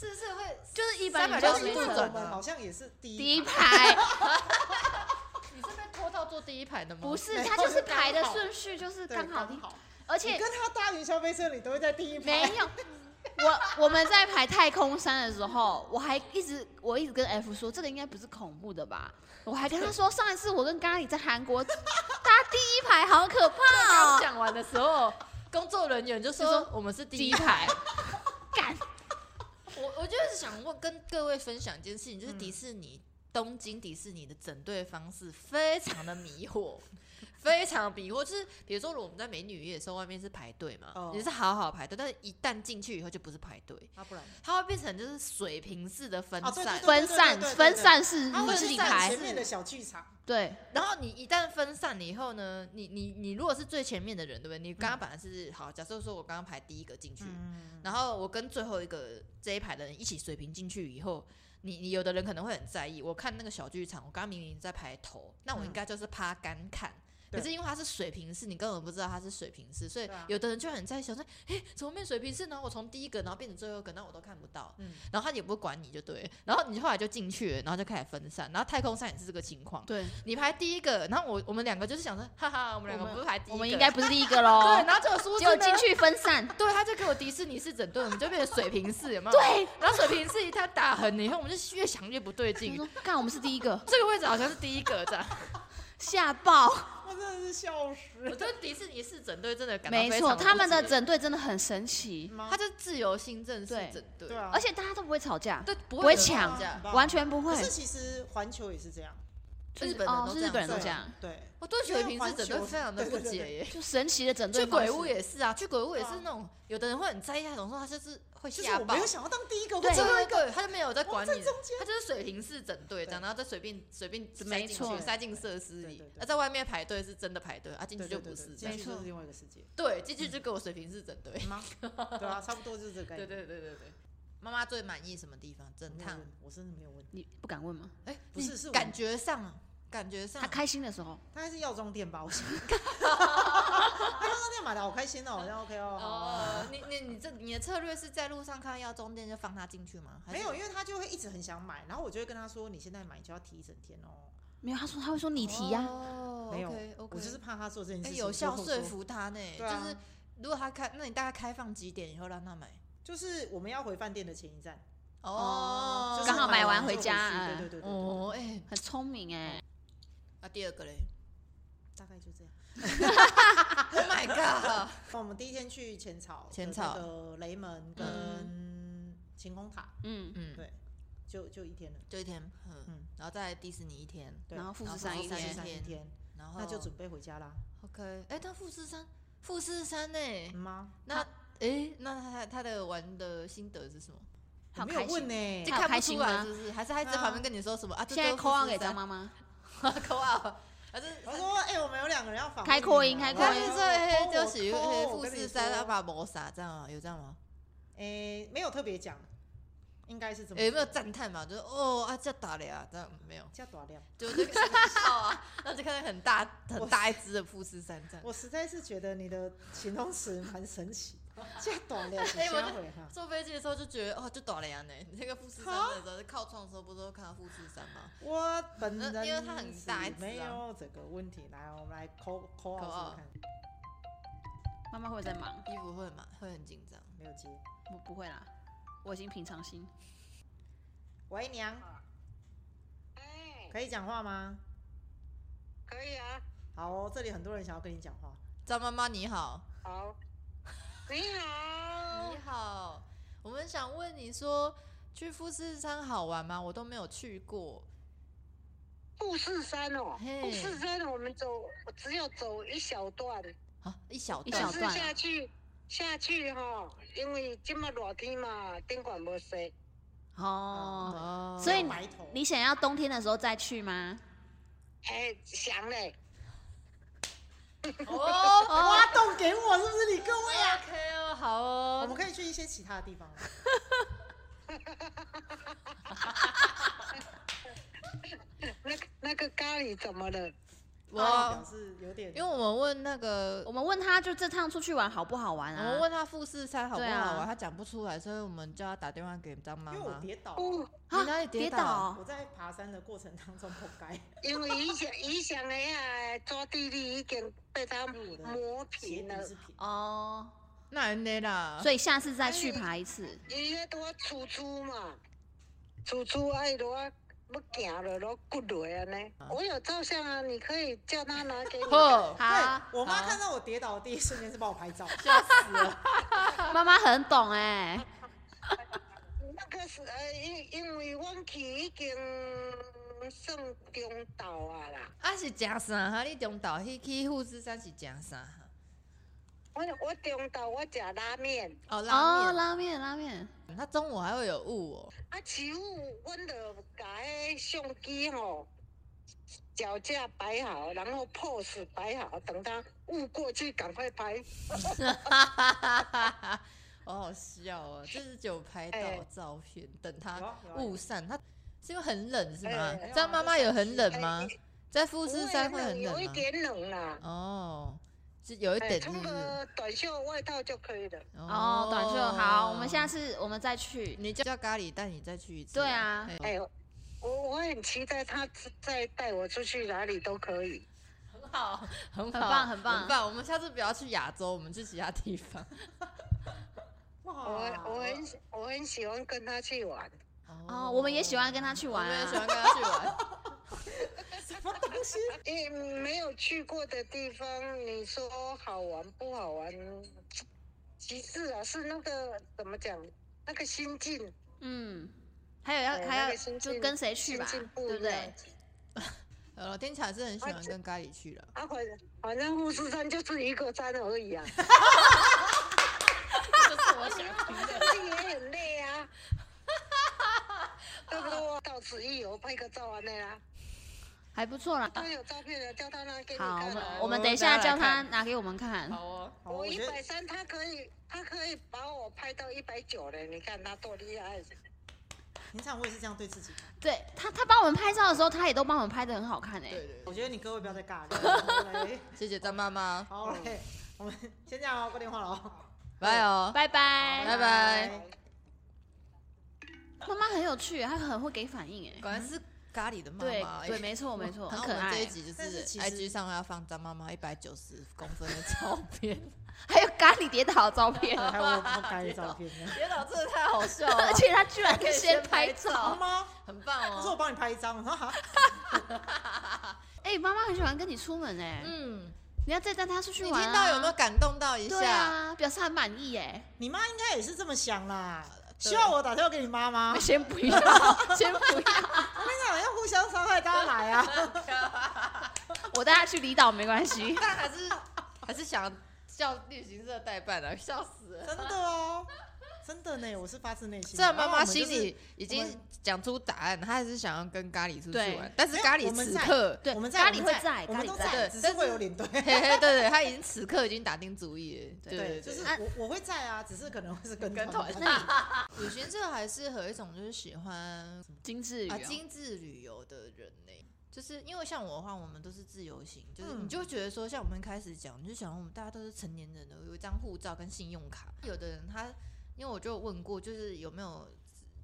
Speaker 2: 是不是会？
Speaker 1: 就是一般
Speaker 2: 360
Speaker 1: 人
Speaker 3: 就
Speaker 1: 没有
Speaker 3: 是因为
Speaker 1: 那种
Speaker 2: 度
Speaker 3: 我
Speaker 2: 转
Speaker 3: 们好像也是第
Speaker 1: 第一
Speaker 3: 一排，
Speaker 1: 排，
Speaker 2: 你是被拖到坐第一排的吗？
Speaker 1: 不是
Speaker 3: 没有
Speaker 1: 他就是
Speaker 3: 是刚
Speaker 1: 排的
Speaker 3: 好
Speaker 1: 顺序就是
Speaker 3: 对
Speaker 1: 刚好
Speaker 3: 刚，好。
Speaker 1: 而
Speaker 3: 你
Speaker 1: 且
Speaker 3: 跟他搭云霄飞车，你都会在第一
Speaker 1: 没
Speaker 3: 排。
Speaker 1: 有。我我们在排太空山的时候，我还一直我一直跟 F 说，这个应该不是恐怖的吧？我还跟他说，上一次我跟咖喱在韩国搭第一排，好可怕
Speaker 2: 刚
Speaker 1: 哦！
Speaker 2: 讲完的时候，工作人员就
Speaker 1: 就
Speaker 2: 说
Speaker 1: 说
Speaker 2: 我们是第一排。
Speaker 1: 干，
Speaker 2: 我我就是想问跟各位分享一件事情，就是
Speaker 3: 嗯
Speaker 2: 迪士尼、东京迪士尼的整队方式非常的迷惑。 非常迷惑，就是比如说，我们在美女与野兽外面是排队嘛，
Speaker 3: 哦
Speaker 2: 也是好好排队，但是一旦进去以后就不是排队，
Speaker 3: 啊，不然
Speaker 2: 它会变成就是水平式的分
Speaker 3: 啊对对
Speaker 2: 散，
Speaker 3: 对
Speaker 1: 分散
Speaker 3: 对对对
Speaker 1: 分散式
Speaker 3: 他
Speaker 1: 你
Speaker 3: 会
Speaker 2: 分
Speaker 1: 自
Speaker 2: 散
Speaker 1: 己
Speaker 3: 在
Speaker 1: 排
Speaker 3: 前，面的小剧场，
Speaker 1: 对
Speaker 2: 然后你一旦分散了以后呢，你你你如果是最前面的人，对不对？你刚刚本来是、好，假设说我刚刚排第一个进去，
Speaker 3: 嗯，
Speaker 2: 然后我跟最后一个这一排的人一起水平进去以后，你你有的人可能会很在意。我看那个小剧场，我刚刚明明在排头，那我
Speaker 1: 嗯
Speaker 2: 应该就是趴干看。
Speaker 3: 对
Speaker 2: 可是因为它是水平式，你根本不知道它是水平式，所以
Speaker 3: 对啊
Speaker 2: 有的人就很在意，想说，诶，怎么变水平式？然后我从第一个，然后变成最后一个，那我都看不到。
Speaker 3: 嗯
Speaker 2: 然后他也不会管你就对了，然后你后来就进去了，然后就开始分散，然后太空山也是这个情况。
Speaker 1: 对，
Speaker 2: 你排第一个，然后我我们两个就是想说，哈哈，我们两个
Speaker 1: 我们
Speaker 2: 不是排第一个，
Speaker 1: 我们应该不是第一个
Speaker 2: 对，
Speaker 1: 喽，
Speaker 2: 然后就有叔
Speaker 1: 结果
Speaker 2: 叔
Speaker 1: 进去分散，
Speaker 2: 对，他就给我迪士尼式整顿，我们就变成水平式，有没有？
Speaker 1: 对。
Speaker 2: 然后水平式一他打横了以后，我们就越想越不对
Speaker 1: 他
Speaker 2: 劲。
Speaker 1: 说干，我们是第一个，
Speaker 2: 这个位置好像是第一个这样，
Speaker 1: 吓爆！
Speaker 3: 我真的是笑
Speaker 2: 我
Speaker 3: 死。
Speaker 2: 对迪士尼式整队真的感到
Speaker 1: 没
Speaker 2: 非
Speaker 1: 错，
Speaker 2: 常
Speaker 1: 他们的
Speaker 2: 不解，
Speaker 1: 整队真的很神奇，
Speaker 3: 嗯
Speaker 2: 他就自由新政式
Speaker 1: 对
Speaker 2: 整队，
Speaker 3: 对啊，
Speaker 1: 而且大家都不会吵架，
Speaker 2: 对，不
Speaker 1: 不会
Speaker 2: 有人
Speaker 1: 抢
Speaker 2: 吵架
Speaker 3: 很棒
Speaker 1: 完全不会
Speaker 3: 可。是其实环球嗯也是这样，
Speaker 1: 就是
Speaker 2: 日本人
Speaker 1: 哦
Speaker 2: 都
Speaker 1: 是
Speaker 2: 这
Speaker 1: 日
Speaker 2: 样
Speaker 1: 本人
Speaker 2: 子
Speaker 1: 都
Speaker 3: 对
Speaker 1: 这样，
Speaker 3: 对，
Speaker 2: 我对水平式整
Speaker 3: 因为
Speaker 2: 队
Speaker 3: 环球
Speaker 2: 非常的不
Speaker 3: 对对对
Speaker 2: 解耶。
Speaker 1: 就神奇的整队
Speaker 2: 去
Speaker 1: 方
Speaker 2: 鬼
Speaker 1: 式。
Speaker 2: 屋也是啊，去鬼屋也
Speaker 3: 对
Speaker 2: 是
Speaker 3: 啊
Speaker 2: 那种，有的人会很在意那种，说他就是会
Speaker 3: 就是
Speaker 2: 吓
Speaker 3: 我
Speaker 2: 爆
Speaker 3: 没有。想要当第一个，我
Speaker 1: 对
Speaker 3: 只
Speaker 2: 最
Speaker 3: 有
Speaker 2: 后一个他就没有在管
Speaker 3: 在
Speaker 2: 你，
Speaker 3: 中间。
Speaker 2: 他就是水平式整队这样，然后再随便随便塞
Speaker 1: 没
Speaker 2: 进
Speaker 1: 错
Speaker 2: 去，塞进设施
Speaker 3: 对
Speaker 2: 里
Speaker 3: 对对。
Speaker 2: 那、在外面排队是真的排队，啊进去
Speaker 3: 对
Speaker 2: 就
Speaker 3: 对
Speaker 2: 不
Speaker 3: 对
Speaker 2: 是
Speaker 3: 对，
Speaker 2: 这样。
Speaker 3: 进去就
Speaker 1: 没
Speaker 3: 是
Speaker 1: 错
Speaker 3: 另外一个世界，
Speaker 2: 对，进去就给我水平式整队。
Speaker 3: 吗？对啊，差不多就是这个概
Speaker 2: 对对
Speaker 3: 念。
Speaker 2: 对对对。妈妈最满意什么地方？整
Speaker 3: 没有
Speaker 2: 趟
Speaker 3: 问，我真的没有问，
Speaker 1: 你不敢问吗？
Speaker 2: 哎，
Speaker 3: 不是是我
Speaker 2: 感觉上
Speaker 4: 感觉上
Speaker 1: 他开心的时候，
Speaker 3: 大概是药妆店吧，我想。那药妆店买的好开心哦，好像 OK 哦。
Speaker 4: 哦
Speaker 2: 哦，你你你这你的策略是在路上看到药妆店就放他进去吗？还是
Speaker 3: 没有，因为他就会一直很想买，然后我就会跟他说：“你现在买就要提一整天哦。
Speaker 1: 没有他说他会说你提呀、
Speaker 2: 哦
Speaker 3: 没有
Speaker 2: OK，OK
Speaker 3: 我就是怕他做这件事
Speaker 2: 哎
Speaker 3: 情，
Speaker 2: 有效
Speaker 3: 我就
Speaker 2: 说
Speaker 3: 跟我说。
Speaker 2: 服他呢，
Speaker 3: 对啊
Speaker 2: 就是如果他开，那你大概开放几点以后让他买？
Speaker 3: 就是我们要回饭店的前一站，
Speaker 2: 哦，
Speaker 3: 就是
Speaker 1: 刚好买完
Speaker 3: 就
Speaker 1: 回
Speaker 3: 去
Speaker 1: 家嗯
Speaker 3: 对对对对对，
Speaker 2: 哦，哎，
Speaker 1: 很聪明哎、
Speaker 2: 啊，第二个嘞
Speaker 3: 大概就这
Speaker 2: ，Oh my
Speaker 3: 样。
Speaker 2: god，
Speaker 3: 那我们第一天去浅草，
Speaker 2: 浅草
Speaker 3: 的雷门跟晴空塔，
Speaker 1: 嗯，
Speaker 2: 嗯，
Speaker 3: 对就就一天了，
Speaker 2: 就一天，嗯
Speaker 3: 嗯，
Speaker 2: 然后再来迪士尼一天，
Speaker 3: 对
Speaker 1: 然后富
Speaker 2: 然后
Speaker 1: 士山
Speaker 2: 富
Speaker 1: 一
Speaker 2: 士山
Speaker 1: 天
Speaker 3: 一，天一天，
Speaker 2: 然后
Speaker 3: 那就准备回家啦，
Speaker 2: OK，哎，但富士山，富士山呢？
Speaker 3: 嗯吗？
Speaker 2: 那哎，那他他的玩的心得是什么？
Speaker 1: 好
Speaker 3: 我没有
Speaker 1: 开心
Speaker 3: 问呢
Speaker 2: 就，
Speaker 1: 他有
Speaker 2: 看
Speaker 1: 开
Speaker 2: 不
Speaker 1: 心
Speaker 2: 出
Speaker 1: 吗
Speaker 2: 来是不是？还是他一直
Speaker 3: 嗯
Speaker 2: 在旁边跟你说什么啊？
Speaker 1: 现在
Speaker 2: 扣
Speaker 1: call 给张妈妈，
Speaker 2: 妈， 扣啊，还是
Speaker 3: 我说：“哎，我们有两个人要访问你啊，
Speaker 1: 开扩音开扩
Speaker 2: 他
Speaker 1: 音哎
Speaker 2: 是
Speaker 1: 对
Speaker 2: 说，嘿，就是
Speaker 3: 我
Speaker 2: 嘿，
Speaker 3: 哎我
Speaker 2: 富
Speaker 3: 跟你
Speaker 2: 士山
Speaker 3: 说
Speaker 2: 他把磨杀这样啊，有这样吗？
Speaker 3: 诶，没有特别讲，应该是这么
Speaker 1: 哎
Speaker 2: 有没有赞叹嘛？就是哦啊，这打雷啊，这样没有，
Speaker 3: 叫短量？
Speaker 2: 就就笑啊， 然后就看到很大很大一只的富士山这样。
Speaker 3: 我实在是觉得你的形容词蛮神奇，叫 短量，
Speaker 2: 哎我
Speaker 3: 先回哈。
Speaker 2: 坐飞机的时候就觉得哦，就打雷啊呢。你 那个富士山的时候，靠窗的时候不是都看到富士山吗？
Speaker 3: 我本人
Speaker 2: 呃因为它很大一只啊
Speaker 3: 是没有这个问题。来，我们来扣扣
Speaker 2: call
Speaker 3: 号
Speaker 2: out
Speaker 3: 看，
Speaker 1: 妈妈会在忙，
Speaker 2: 衣服会嘛，会很紧张。
Speaker 3: 没有接。
Speaker 1: 我不会啦，我已经平常心。
Speaker 3: 喂，娘，
Speaker 5: 哎，
Speaker 3: 可以讲话吗？
Speaker 5: 可以啊，
Speaker 3: 好哦、这里很多人想要跟你讲话。
Speaker 2: 张妈妈你好，
Speaker 5: 好，你好
Speaker 2: 你，好，我们想问你说，去富士山好玩吗？我都没有去过。
Speaker 5: 富士山哦，
Speaker 2: 嘿
Speaker 5: 富士山我们走我只有走一小段，
Speaker 2: 啊，一小
Speaker 1: 一
Speaker 2: 段
Speaker 1: 小
Speaker 5: 但是
Speaker 1: 段啊
Speaker 5: 下去下去哈、因为今麦热天嘛，宾馆没塞，
Speaker 1: 哦，
Speaker 2: 哦
Speaker 1: 所以
Speaker 3: 没有白头，
Speaker 1: 你想要冬天的时候再去吗？
Speaker 5: 哎，想嘞，
Speaker 2: 哦
Speaker 3: 挖洞给我是不是你各位？啊
Speaker 2: ，OK 哦，好
Speaker 3: 我
Speaker 2: 哦
Speaker 3: 们，可以去一些其他的地方啊吗。
Speaker 5: 那个那个咖喱怎么了？
Speaker 3: 阿姨
Speaker 2: 我
Speaker 3: 表示有点，
Speaker 2: 因为我们问那个
Speaker 1: 我，们问他，就这趟出去玩好不好玩
Speaker 2: 我
Speaker 1: 啊？
Speaker 2: 们问他富士山好不
Speaker 1: 对
Speaker 2: 好
Speaker 1: 啊
Speaker 2: 玩，他讲不出来，所以我们就要打电话给张妈
Speaker 3: 因为我
Speaker 2: 妈。
Speaker 3: 跌倒了，
Speaker 5: 哦，
Speaker 1: 啊
Speaker 2: 你哪里
Speaker 1: 跌
Speaker 2: 跌
Speaker 1: 倒
Speaker 2: 倒？
Speaker 3: 我在爬山的过程当中破 街，
Speaker 5: 因为以前以前的呀，抓地力已经被它 磨
Speaker 3: 鞋底
Speaker 5: 平了
Speaker 3: 是，平。
Speaker 1: 哦，
Speaker 2: 那人家啦，。
Speaker 1: 所以下次再去爬一次。
Speaker 5: 伊迄拄啊厝厝嘛，厝厝啊，伊拄啊要行落，落骨落安尼。我有照相啊，你可以叫他拿给你
Speaker 2: 呵，
Speaker 1: 好，
Speaker 3: 对我妈
Speaker 2: 啊好
Speaker 3: 看到我跌倒的第一瞬间是帮我拍照，
Speaker 2: 吓死了，
Speaker 1: 妈妈很懂哎、
Speaker 5: 那个是呃，因因为阮去已经算中昼啊啦。
Speaker 2: 啊是食啥？哈，你中岛去去富士山是食啥？
Speaker 5: 我我中昼我食拉面，
Speaker 2: 哦，
Speaker 1: 哦，
Speaker 2: 拉面，
Speaker 1: 拉面，拉面，
Speaker 2: 他中午还会有雾哦。
Speaker 5: 啊，起午阮就把迄相机吼。脚架摆好，然后 pose 摆好，等他雾过去，赶快拍。
Speaker 2: 好好笑 哦！这是有拍到的照片，等
Speaker 3: 有
Speaker 2: 它
Speaker 3: 啊有啊
Speaker 2: 雾散，它是因为很冷是吗
Speaker 5: 哎哎？
Speaker 2: 这样妈妈有很冷吗
Speaker 5: 哎？
Speaker 2: 在富士山会很
Speaker 5: 有
Speaker 2: 冷啊
Speaker 5: 一
Speaker 2: 吗？
Speaker 5: 点冷啊啦、
Speaker 2: 哦，就有一
Speaker 5: 哎
Speaker 2: 点是
Speaker 5: 穿
Speaker 2: 不是？
Speaker 5: 个短袖外套就可以了。
Speaker 1: 哦，短袖，好，我们下次我们再去。
Speaker 2: 你叫咖喱带你再去一次。
Speaker 1: 对啊
Speaker 2: 哎，
Speaker 5: 哎，我我很期待他再带我出去哪里都可以。
Speaker 2: 很好，很
Speaker 1: 很
Speaker 2: 好，
Speaker 1: 棒很棒
Speaker 2: 很棒。我们下次不要去亚洲，我们去其他地方。
Speaker 3: 哇，
Speaker 5: 我我很喜我很喜欢跟他去玩。
Speaker 1: 哦，我们也喜欢跟他去
Speaker 2: 我
Speaker 1: 玩
Speaker 2: 们也喜
Speaker 1: 啊。
Speaker 2: 欢跟他去玩。
Speaker 3: 什么东西？
Speaker 5: 因为没有去过的地方，你说好玩不好玩？其次啊，是那个怎么讲？那个心境，
Speaker 1: 嗯，还有要
Speaker 5: 对
Speaker 1: 还
Speaker 5: 那
Speaker 1: 要
Speaker 5: 个心
Speaker 1: 就
Speaker 5: 境
Speaker 1: 跟谁去吧，
Speaker 5: 心境不
Speaker 1: 对
Speaker 5: 一
Speaker 1: 不对
Speaker 5: 样？
Speaker 2: 呃，我听起来是很喜欢跟咖喱去了。
Speaker 5: 啊，反反正富士山就是一个山而已啊，
Speaker 2: 就是我想听的。
Speaker 5: 但是也很累啊，对不对？到此一游，拍个照啊完了啦。
Speaker 1: 还不错啦。
Speaker 5: 他有照片的，叫他拿给你
Speaker 1: 好，我
Speaker 5: 看
Speaker 1: 们
Speaker 5: 啊。
Speaker 1: 我们等一下叫他拿给我们看。
Speaker 2: 好哦。
Speaker 3: 好
Speaker 5: 我
Speaker 3: 我
Speaker 5: 一
Speaker 3: 觉得
Speaker 5: 百三，他可以，他可以把我拍到一百九了，你看他多厉害！
Speaker 3: 平常我也是这样对自己的。
Speaker 1: 对他，他帮我们拍照的时候，他也都帮我们拍的很好看哎、
Speaker 2: 对对，
Speaker 3: 我觉得你各位不要再尬 了。
Speaker 2: 谢谢张妈妈，
Speaker 3: 好嘞，我们先这样哦，挂电话了哦。
Speaker 2: 拜哦，
Speaker 1: 拜拜，
Speaker 2: 拜拜。
Speaker 1: 妈妈很有趣，她很会给反应哎、
Speaker 2: 果然是咖喱的妈
Speaker 1: 对
Speaker 2: 妈，
Speaker 1: 对，没错没错，很
Speaker 2: 然后
Speaker 1: 可
Speaker 2: 我们这一
Speaker 1: 爱，
Speaker 2: 集就
Speaker 3: 但
Speaker 2: 是
Speaker 3: 是其实
Speaker 2: IG 上要放张妈妈一百九十公分的照片，
Speaker 1: 还有咖喱跌倒的照片，
Speaker 3: 还有我不该的照片 呢。
Speaker 2: 别老真的太好笑
Speaker 1: 而
Speaker 2: 了，
Speaker 1: 且他居然
Speaker 2: 可以
Speaker 1: 先
Speaker 2: 先拍
Speaker 1: 拍
Speaker 3: 好
Speaker 1: 照。
Speaker 3: 吗？
Speaker 2: 很棒
Speaker 3: 他说我
Speaker 2: 哦。
Speaker 3: 帮你拍一张，我说好。
Speaker 1: 哎、妈妈很喜欢跟你出门哎、
Speaker 2: 嗯，
Speaker 1: 你要再带她出去
Speaker 2: 你
Speaker 1: 玩、啊。
Speaker 2: 听到有没有？感动到一
Speaker 1: 对
Speaker 2: 下？
Speaker 1: 啊，表示很满意哎、
Speaker 3: 你妈应该也是这么想啦。希望我打电话给你妈妈。我跟
Speaker 1: 先不要，先不要，
Speaker 3: 你讲，要互相伤害，大家 来啊！
Speaker 1: 我带她去离岛没关系。
Speaker 2: 但还是还是想叫旅行社代办啊，笑死了。
Speaker 3: 真的哦，真的呢，我是发自内心的。
Speaker 2: 虽然妈
Speaker 3: 然后
Speaker 2: 妈
Speaker 3: 我们就
Speaker 2: 心
Speaker 3: 是
Speaker 2: 里已
Speaker 3: 我
Speaker 2: 经
Speaker 3: 们
Speaker 2: 讲出答案，她还是想要跟咖喱出去
Speaker 1: 对
Speaker 2: 玩，但是
Speaker 3: 没有
Speaker 2: 咖
Speaker 3: 我
Speaker 2: 喱
Speaker 3: 们
Speaker 2: 此
Speaker 3: 在
Speaker 2: 刻，
Speaker 1: 对，
Speaker 3: 我们
Speaker 1: 咖
Speaker 3: 在
Speaker 1: 喱会在，
Speaker 3: 哦我
Speaker 1: 咖
Speaker 3: 们
Speaker 1: 喱
Speaker 3: 都
Speaker 1: 在。
Speaker 2: 对
Speaker 3: 在，只
Speaker 2: 但
Speaker 3: 是
Speaker 2: 是
Speaker 3: 会有领队。
Speaker 2: 嘿嘿，对对，她已经此刻已经打定主意了，
Speaker 3: 对，
Speaker 2: 对，
Speaker 3: 就是
Speaker 1: 对
Speaker 3: 我我会在啊，只是可能会是跟
Speaker 1: 哦
Speaker 2: 跟
Speaker 3: 团
Speaker 2: 团。 旅行社还是和一种就是喜欢
Speaker 1: 精致哦
Speaker 2: 啊
Speaker 1: 旅游
Speaker 2: 精致旅游的人呢、就是因为像我的话，我们都是自由行，就是
Speaker 3: 嗯
Speaker 2: 你就会觉得说，像我们一开始讲，你就想我们大家都是成年人了，有一张护照跟信用卡。有的人他，因为我就有问过，就是有没有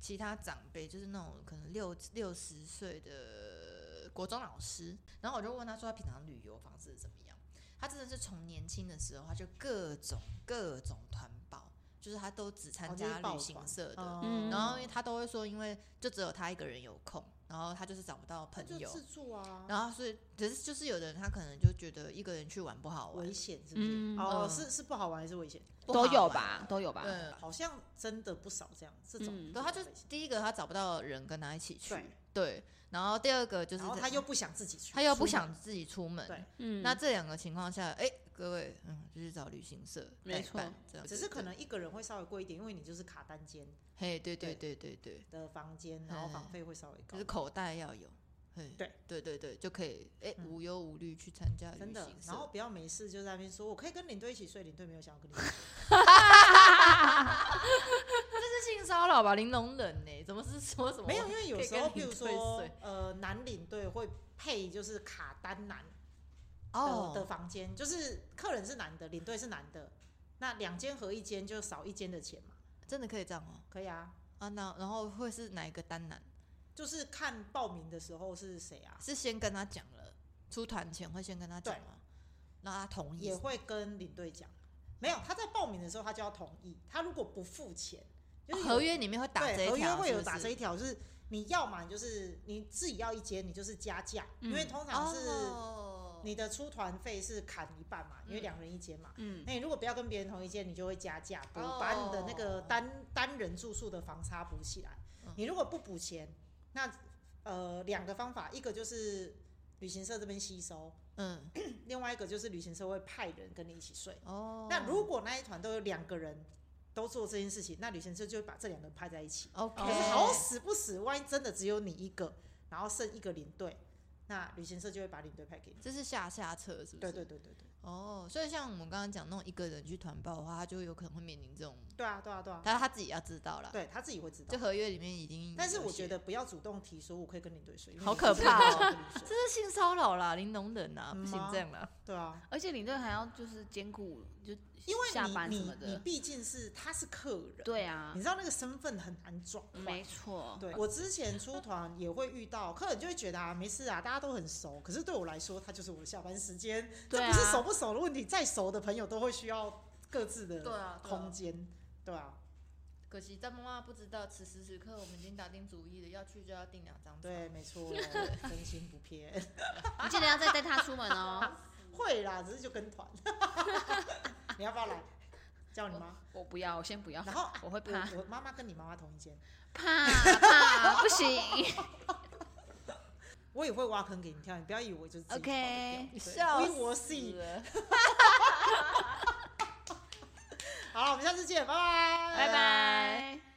Speaker 2: 其他长辈，就是那种可能六六十岁的国中老师，然后我就问他说他平常旅游方式是怎么样？他真的是从年轻的时候，他就各种各种团报，就是他都只参
Speaker 3: 哦就是哦
Speaker 2: 加
Speaker 3: 抱
Speaker 2: 旅行
Speaker 3: 团
Speaker 2: 社的，
Speaker 1: 嗯
Speaker 2: 然后因为他都会说，因为就只有他一个人有空，然后他就是找不到朋
Speaker 3: 就
Speaker 2: 友，
Speaker 3: 自助啊，
Speaker 2: 然后所以可是就是有的人他可能就觉得一个人去玩不好玩
Speaker 3: 危，险是不是？
Speaker 1: 嗯
Speaker 3: 哦，
Speaker 2: 嗯
Speaker 3: 是是不好玩还是危险？
Speaker 2: 不好
Speaker 1: 都有
Speaker 2: 玩？
Speaker 1: 吧，都有吧。
Speaker 2: 对，
Speaker 3: 好像真的不少这样这
Speaker 1: 嗯
Speaker 3: 种这种类型。
Speaker 2: 然后他就第一个他找不到人跟他一起去，
Speaker 3: 对，
Speaker 2: 对然后第二个就是
Speaker 3: 然后他又不想自己去，
Speaker 2: 他又不
Speaker 3: 出门
Speaker 2: 想自己出门，
Speaker 3: 对
Speaker 1: 嗯，
Speaker 2: 那这两个情况下，哎，各位，嗯，就是找旅行社
Speaker 1: 没
Speaker 2: 代
Speaker 1: 错
Speaker 2: 办这样子，
Speaker 3: 只是可
Speaker 2: 对
Speaker 3: 能一个人会稍微贵一点，因为你就是卡单间
Speaker 2: 嘿，对对对对对，
Speaker 3: 的房间，然后
Speaker 2: 嗯
Speaker 3: 房费会稍微高
Speaker 2: 就是。口袋要有。嘿
Speaker 3: 哦对
Speaker 2: 对对对，就可以哎、
Speaker 3: 嗯
Speaker 2: 无忧无虑去参加旅
Speaker 3: 真
Speaker 2: 行
Speaker 3: 的，
Speaker 2: 社
Speaker 3: 然后不要没事就在那边说，我可以跟领队一起睡，领队没有想要跟你一起睡，
Speaker 2: 是性骚扰吧？玲珑人呢、怎么是 说什么
Speaker 3: 没 有，因为有
Speaker 2: 可以
Speaker 3: 时候，
Speaker 2: 跟
Speaker 3: 比
Speaker 2: 领
Speaker 3: 如
Speaker 2: 队
Speaker 3: 说
Speaker 2: 睡，
Speaker 3: 呃，男领队会配就是卡单男的、的
Speaker 2: 哦？
Speaker 3: 房间，就是客人是男的，领队是男的，那两间合一间就少一间的钱嘛，
Speaker 2: 真的可以这样哦、
Speaker 3: 可以啊，
Speaker 2: 啊，那然后会是哪一个单男？
Speaker 3: 就是看报名的时候是谁啊，
Speaker 2: 是先跟他讲了，出团前会先跟他讲吗？让他同意
Speaker 3: 也会跟领队讲，没有，他在报名的时候他就要同意，他如果不付钱，就是有
Speaker 2: 哦合约里面会打这
Speaker 3: 对，
Speaker 2: 一
Speaker 3: 合约
Speaker 2: 条，
Speaker 3: 会
Speaker 2: 是
Speaker 3: 有
Speaker 2: 不
Speaker 3: 打这
Speaker 2: 是
Speaker 3: 一条，就是你要嘛就是你自己要一间，你就是加价，因为
Speaker 1: 嗯
Speaker 3: 通常是
Speaker 2: 哦，
Speaker 3: 你的出团费是砍一半嘛，因为
Speaker 2: 嗯
Speaker 3: 两人一间嘛。
Speaker 1: 嗯
Speaker 3: 那你如果不要跟别人同一间，你就会加价补，
Speaker 2: 哦
Speaker 3: 把你的那个单单人住宿的房差补起来
Speaker 2: 嗯。
Speaker 3: 你如果不补钱，那呃两个方法，一个就是旅行社这边吸收，
Speaker 2: 嗯
Speaker 3: 另外一个就是旅行社会派人跟你一起睡。
Speaker 2: 哦，
Speaker 3: 那如果那一团都有两个人都做这件事情，那旅行社就会把这两个人派在一起。
Speaker 2: OK，
Speaker 1: 哦
Speaker 3: 可是好死不死，万一真的只有你一个，然后剩一个领队，那旅行社就会把领队派给你。
Speaker 2: 这是下下策是不是？
Speaker 3: 对对对对对，
Speaker 2: 哦，所以像我们刚刚讲那种一个人去团报的话，他就有可能会面临这种，
Speaker 3: 对啊对啊对啊，
Speaker 2: 但是他自己要知道啦，
Speaker 3: 对他自己会知道
Speaker 2: 就。合约里面已经有写，
Speaker 3: 但是我觉得不要主动提说我可以跟领队睡，因为
Speaker 2: 好
Speaker 3: 你
Speaker 2: 可
Speaker 3: 自己会
Speaker 2: 怕哦
Speaker 3: 跟领队
Speaker 2: 这
Speaker 3: 睡
Speaker 2: 是性骚扰啦，玲珑人啊，
Speaker 3: 嗯
Speaker 2: 不行
Speaker 3: 吗
Speaker 2: 这样啦。
Speaker 3: 对啊，
Speaker 1: 而且领队还要就是兼顾，就
Speaker 3: 因
Speaker 1: 下
Speaker 3: 为
Speaker 1: 班
Speaker 3: 你
Speaker 1: 什么
Speaker 3: 你你
Speaker 1: 的。
Speaker 3: 毕竟是他是客人，
Speaker 1: 对啊
Speaker 3: 你，知道那个身份很难转换。
Speaker 1: 没错。
Speaker 3: 对我之前出团也会遇到客人，就会觉得啊没事啊，大家都很熟。可是对我来说，他就是我的下班时间，
Speaker 1: 对
Speaker 3: 这
Speaker 1: 啊
Speaker 3: 不是熟不熟的问题，再熟的朋友都会需要各自的
Speaker 2: 啊
Speaker 3: 空间，对啊，
Speaker 2: 可惜张妈妈不知道，此时此刻我们已经打定主意了，要去就要订两张床。
Speaker 3: 对，没错，真心不骗，
Speaker 1: 你记得要再带他出门哦。
Speaker 3: 会啦，只是就跟团。 你要不要来？叫你妈。
Speaker 1: 我不要，我先不要，
Speaker 3: 然后
Speaker 1: 我会怕
Speaker 3: 我我妈妈跟你妈妈同一间，
Speaker 1: 怕怕，不 行。
Speaker 3: 我也会挖坑给你跳，你不要以为我就是自己
Speaker 1: OK
Speaker 2: 你
Speaker 3: 跑得掉对
Speaker 2: 笑
Speaker 3: ，We will
Speaker 2: 死
Speaker 3: see
Speaker 2: 了。
Speaker 3: 好了，我们下次见，拜拜，
Speaker 1: 拜拜。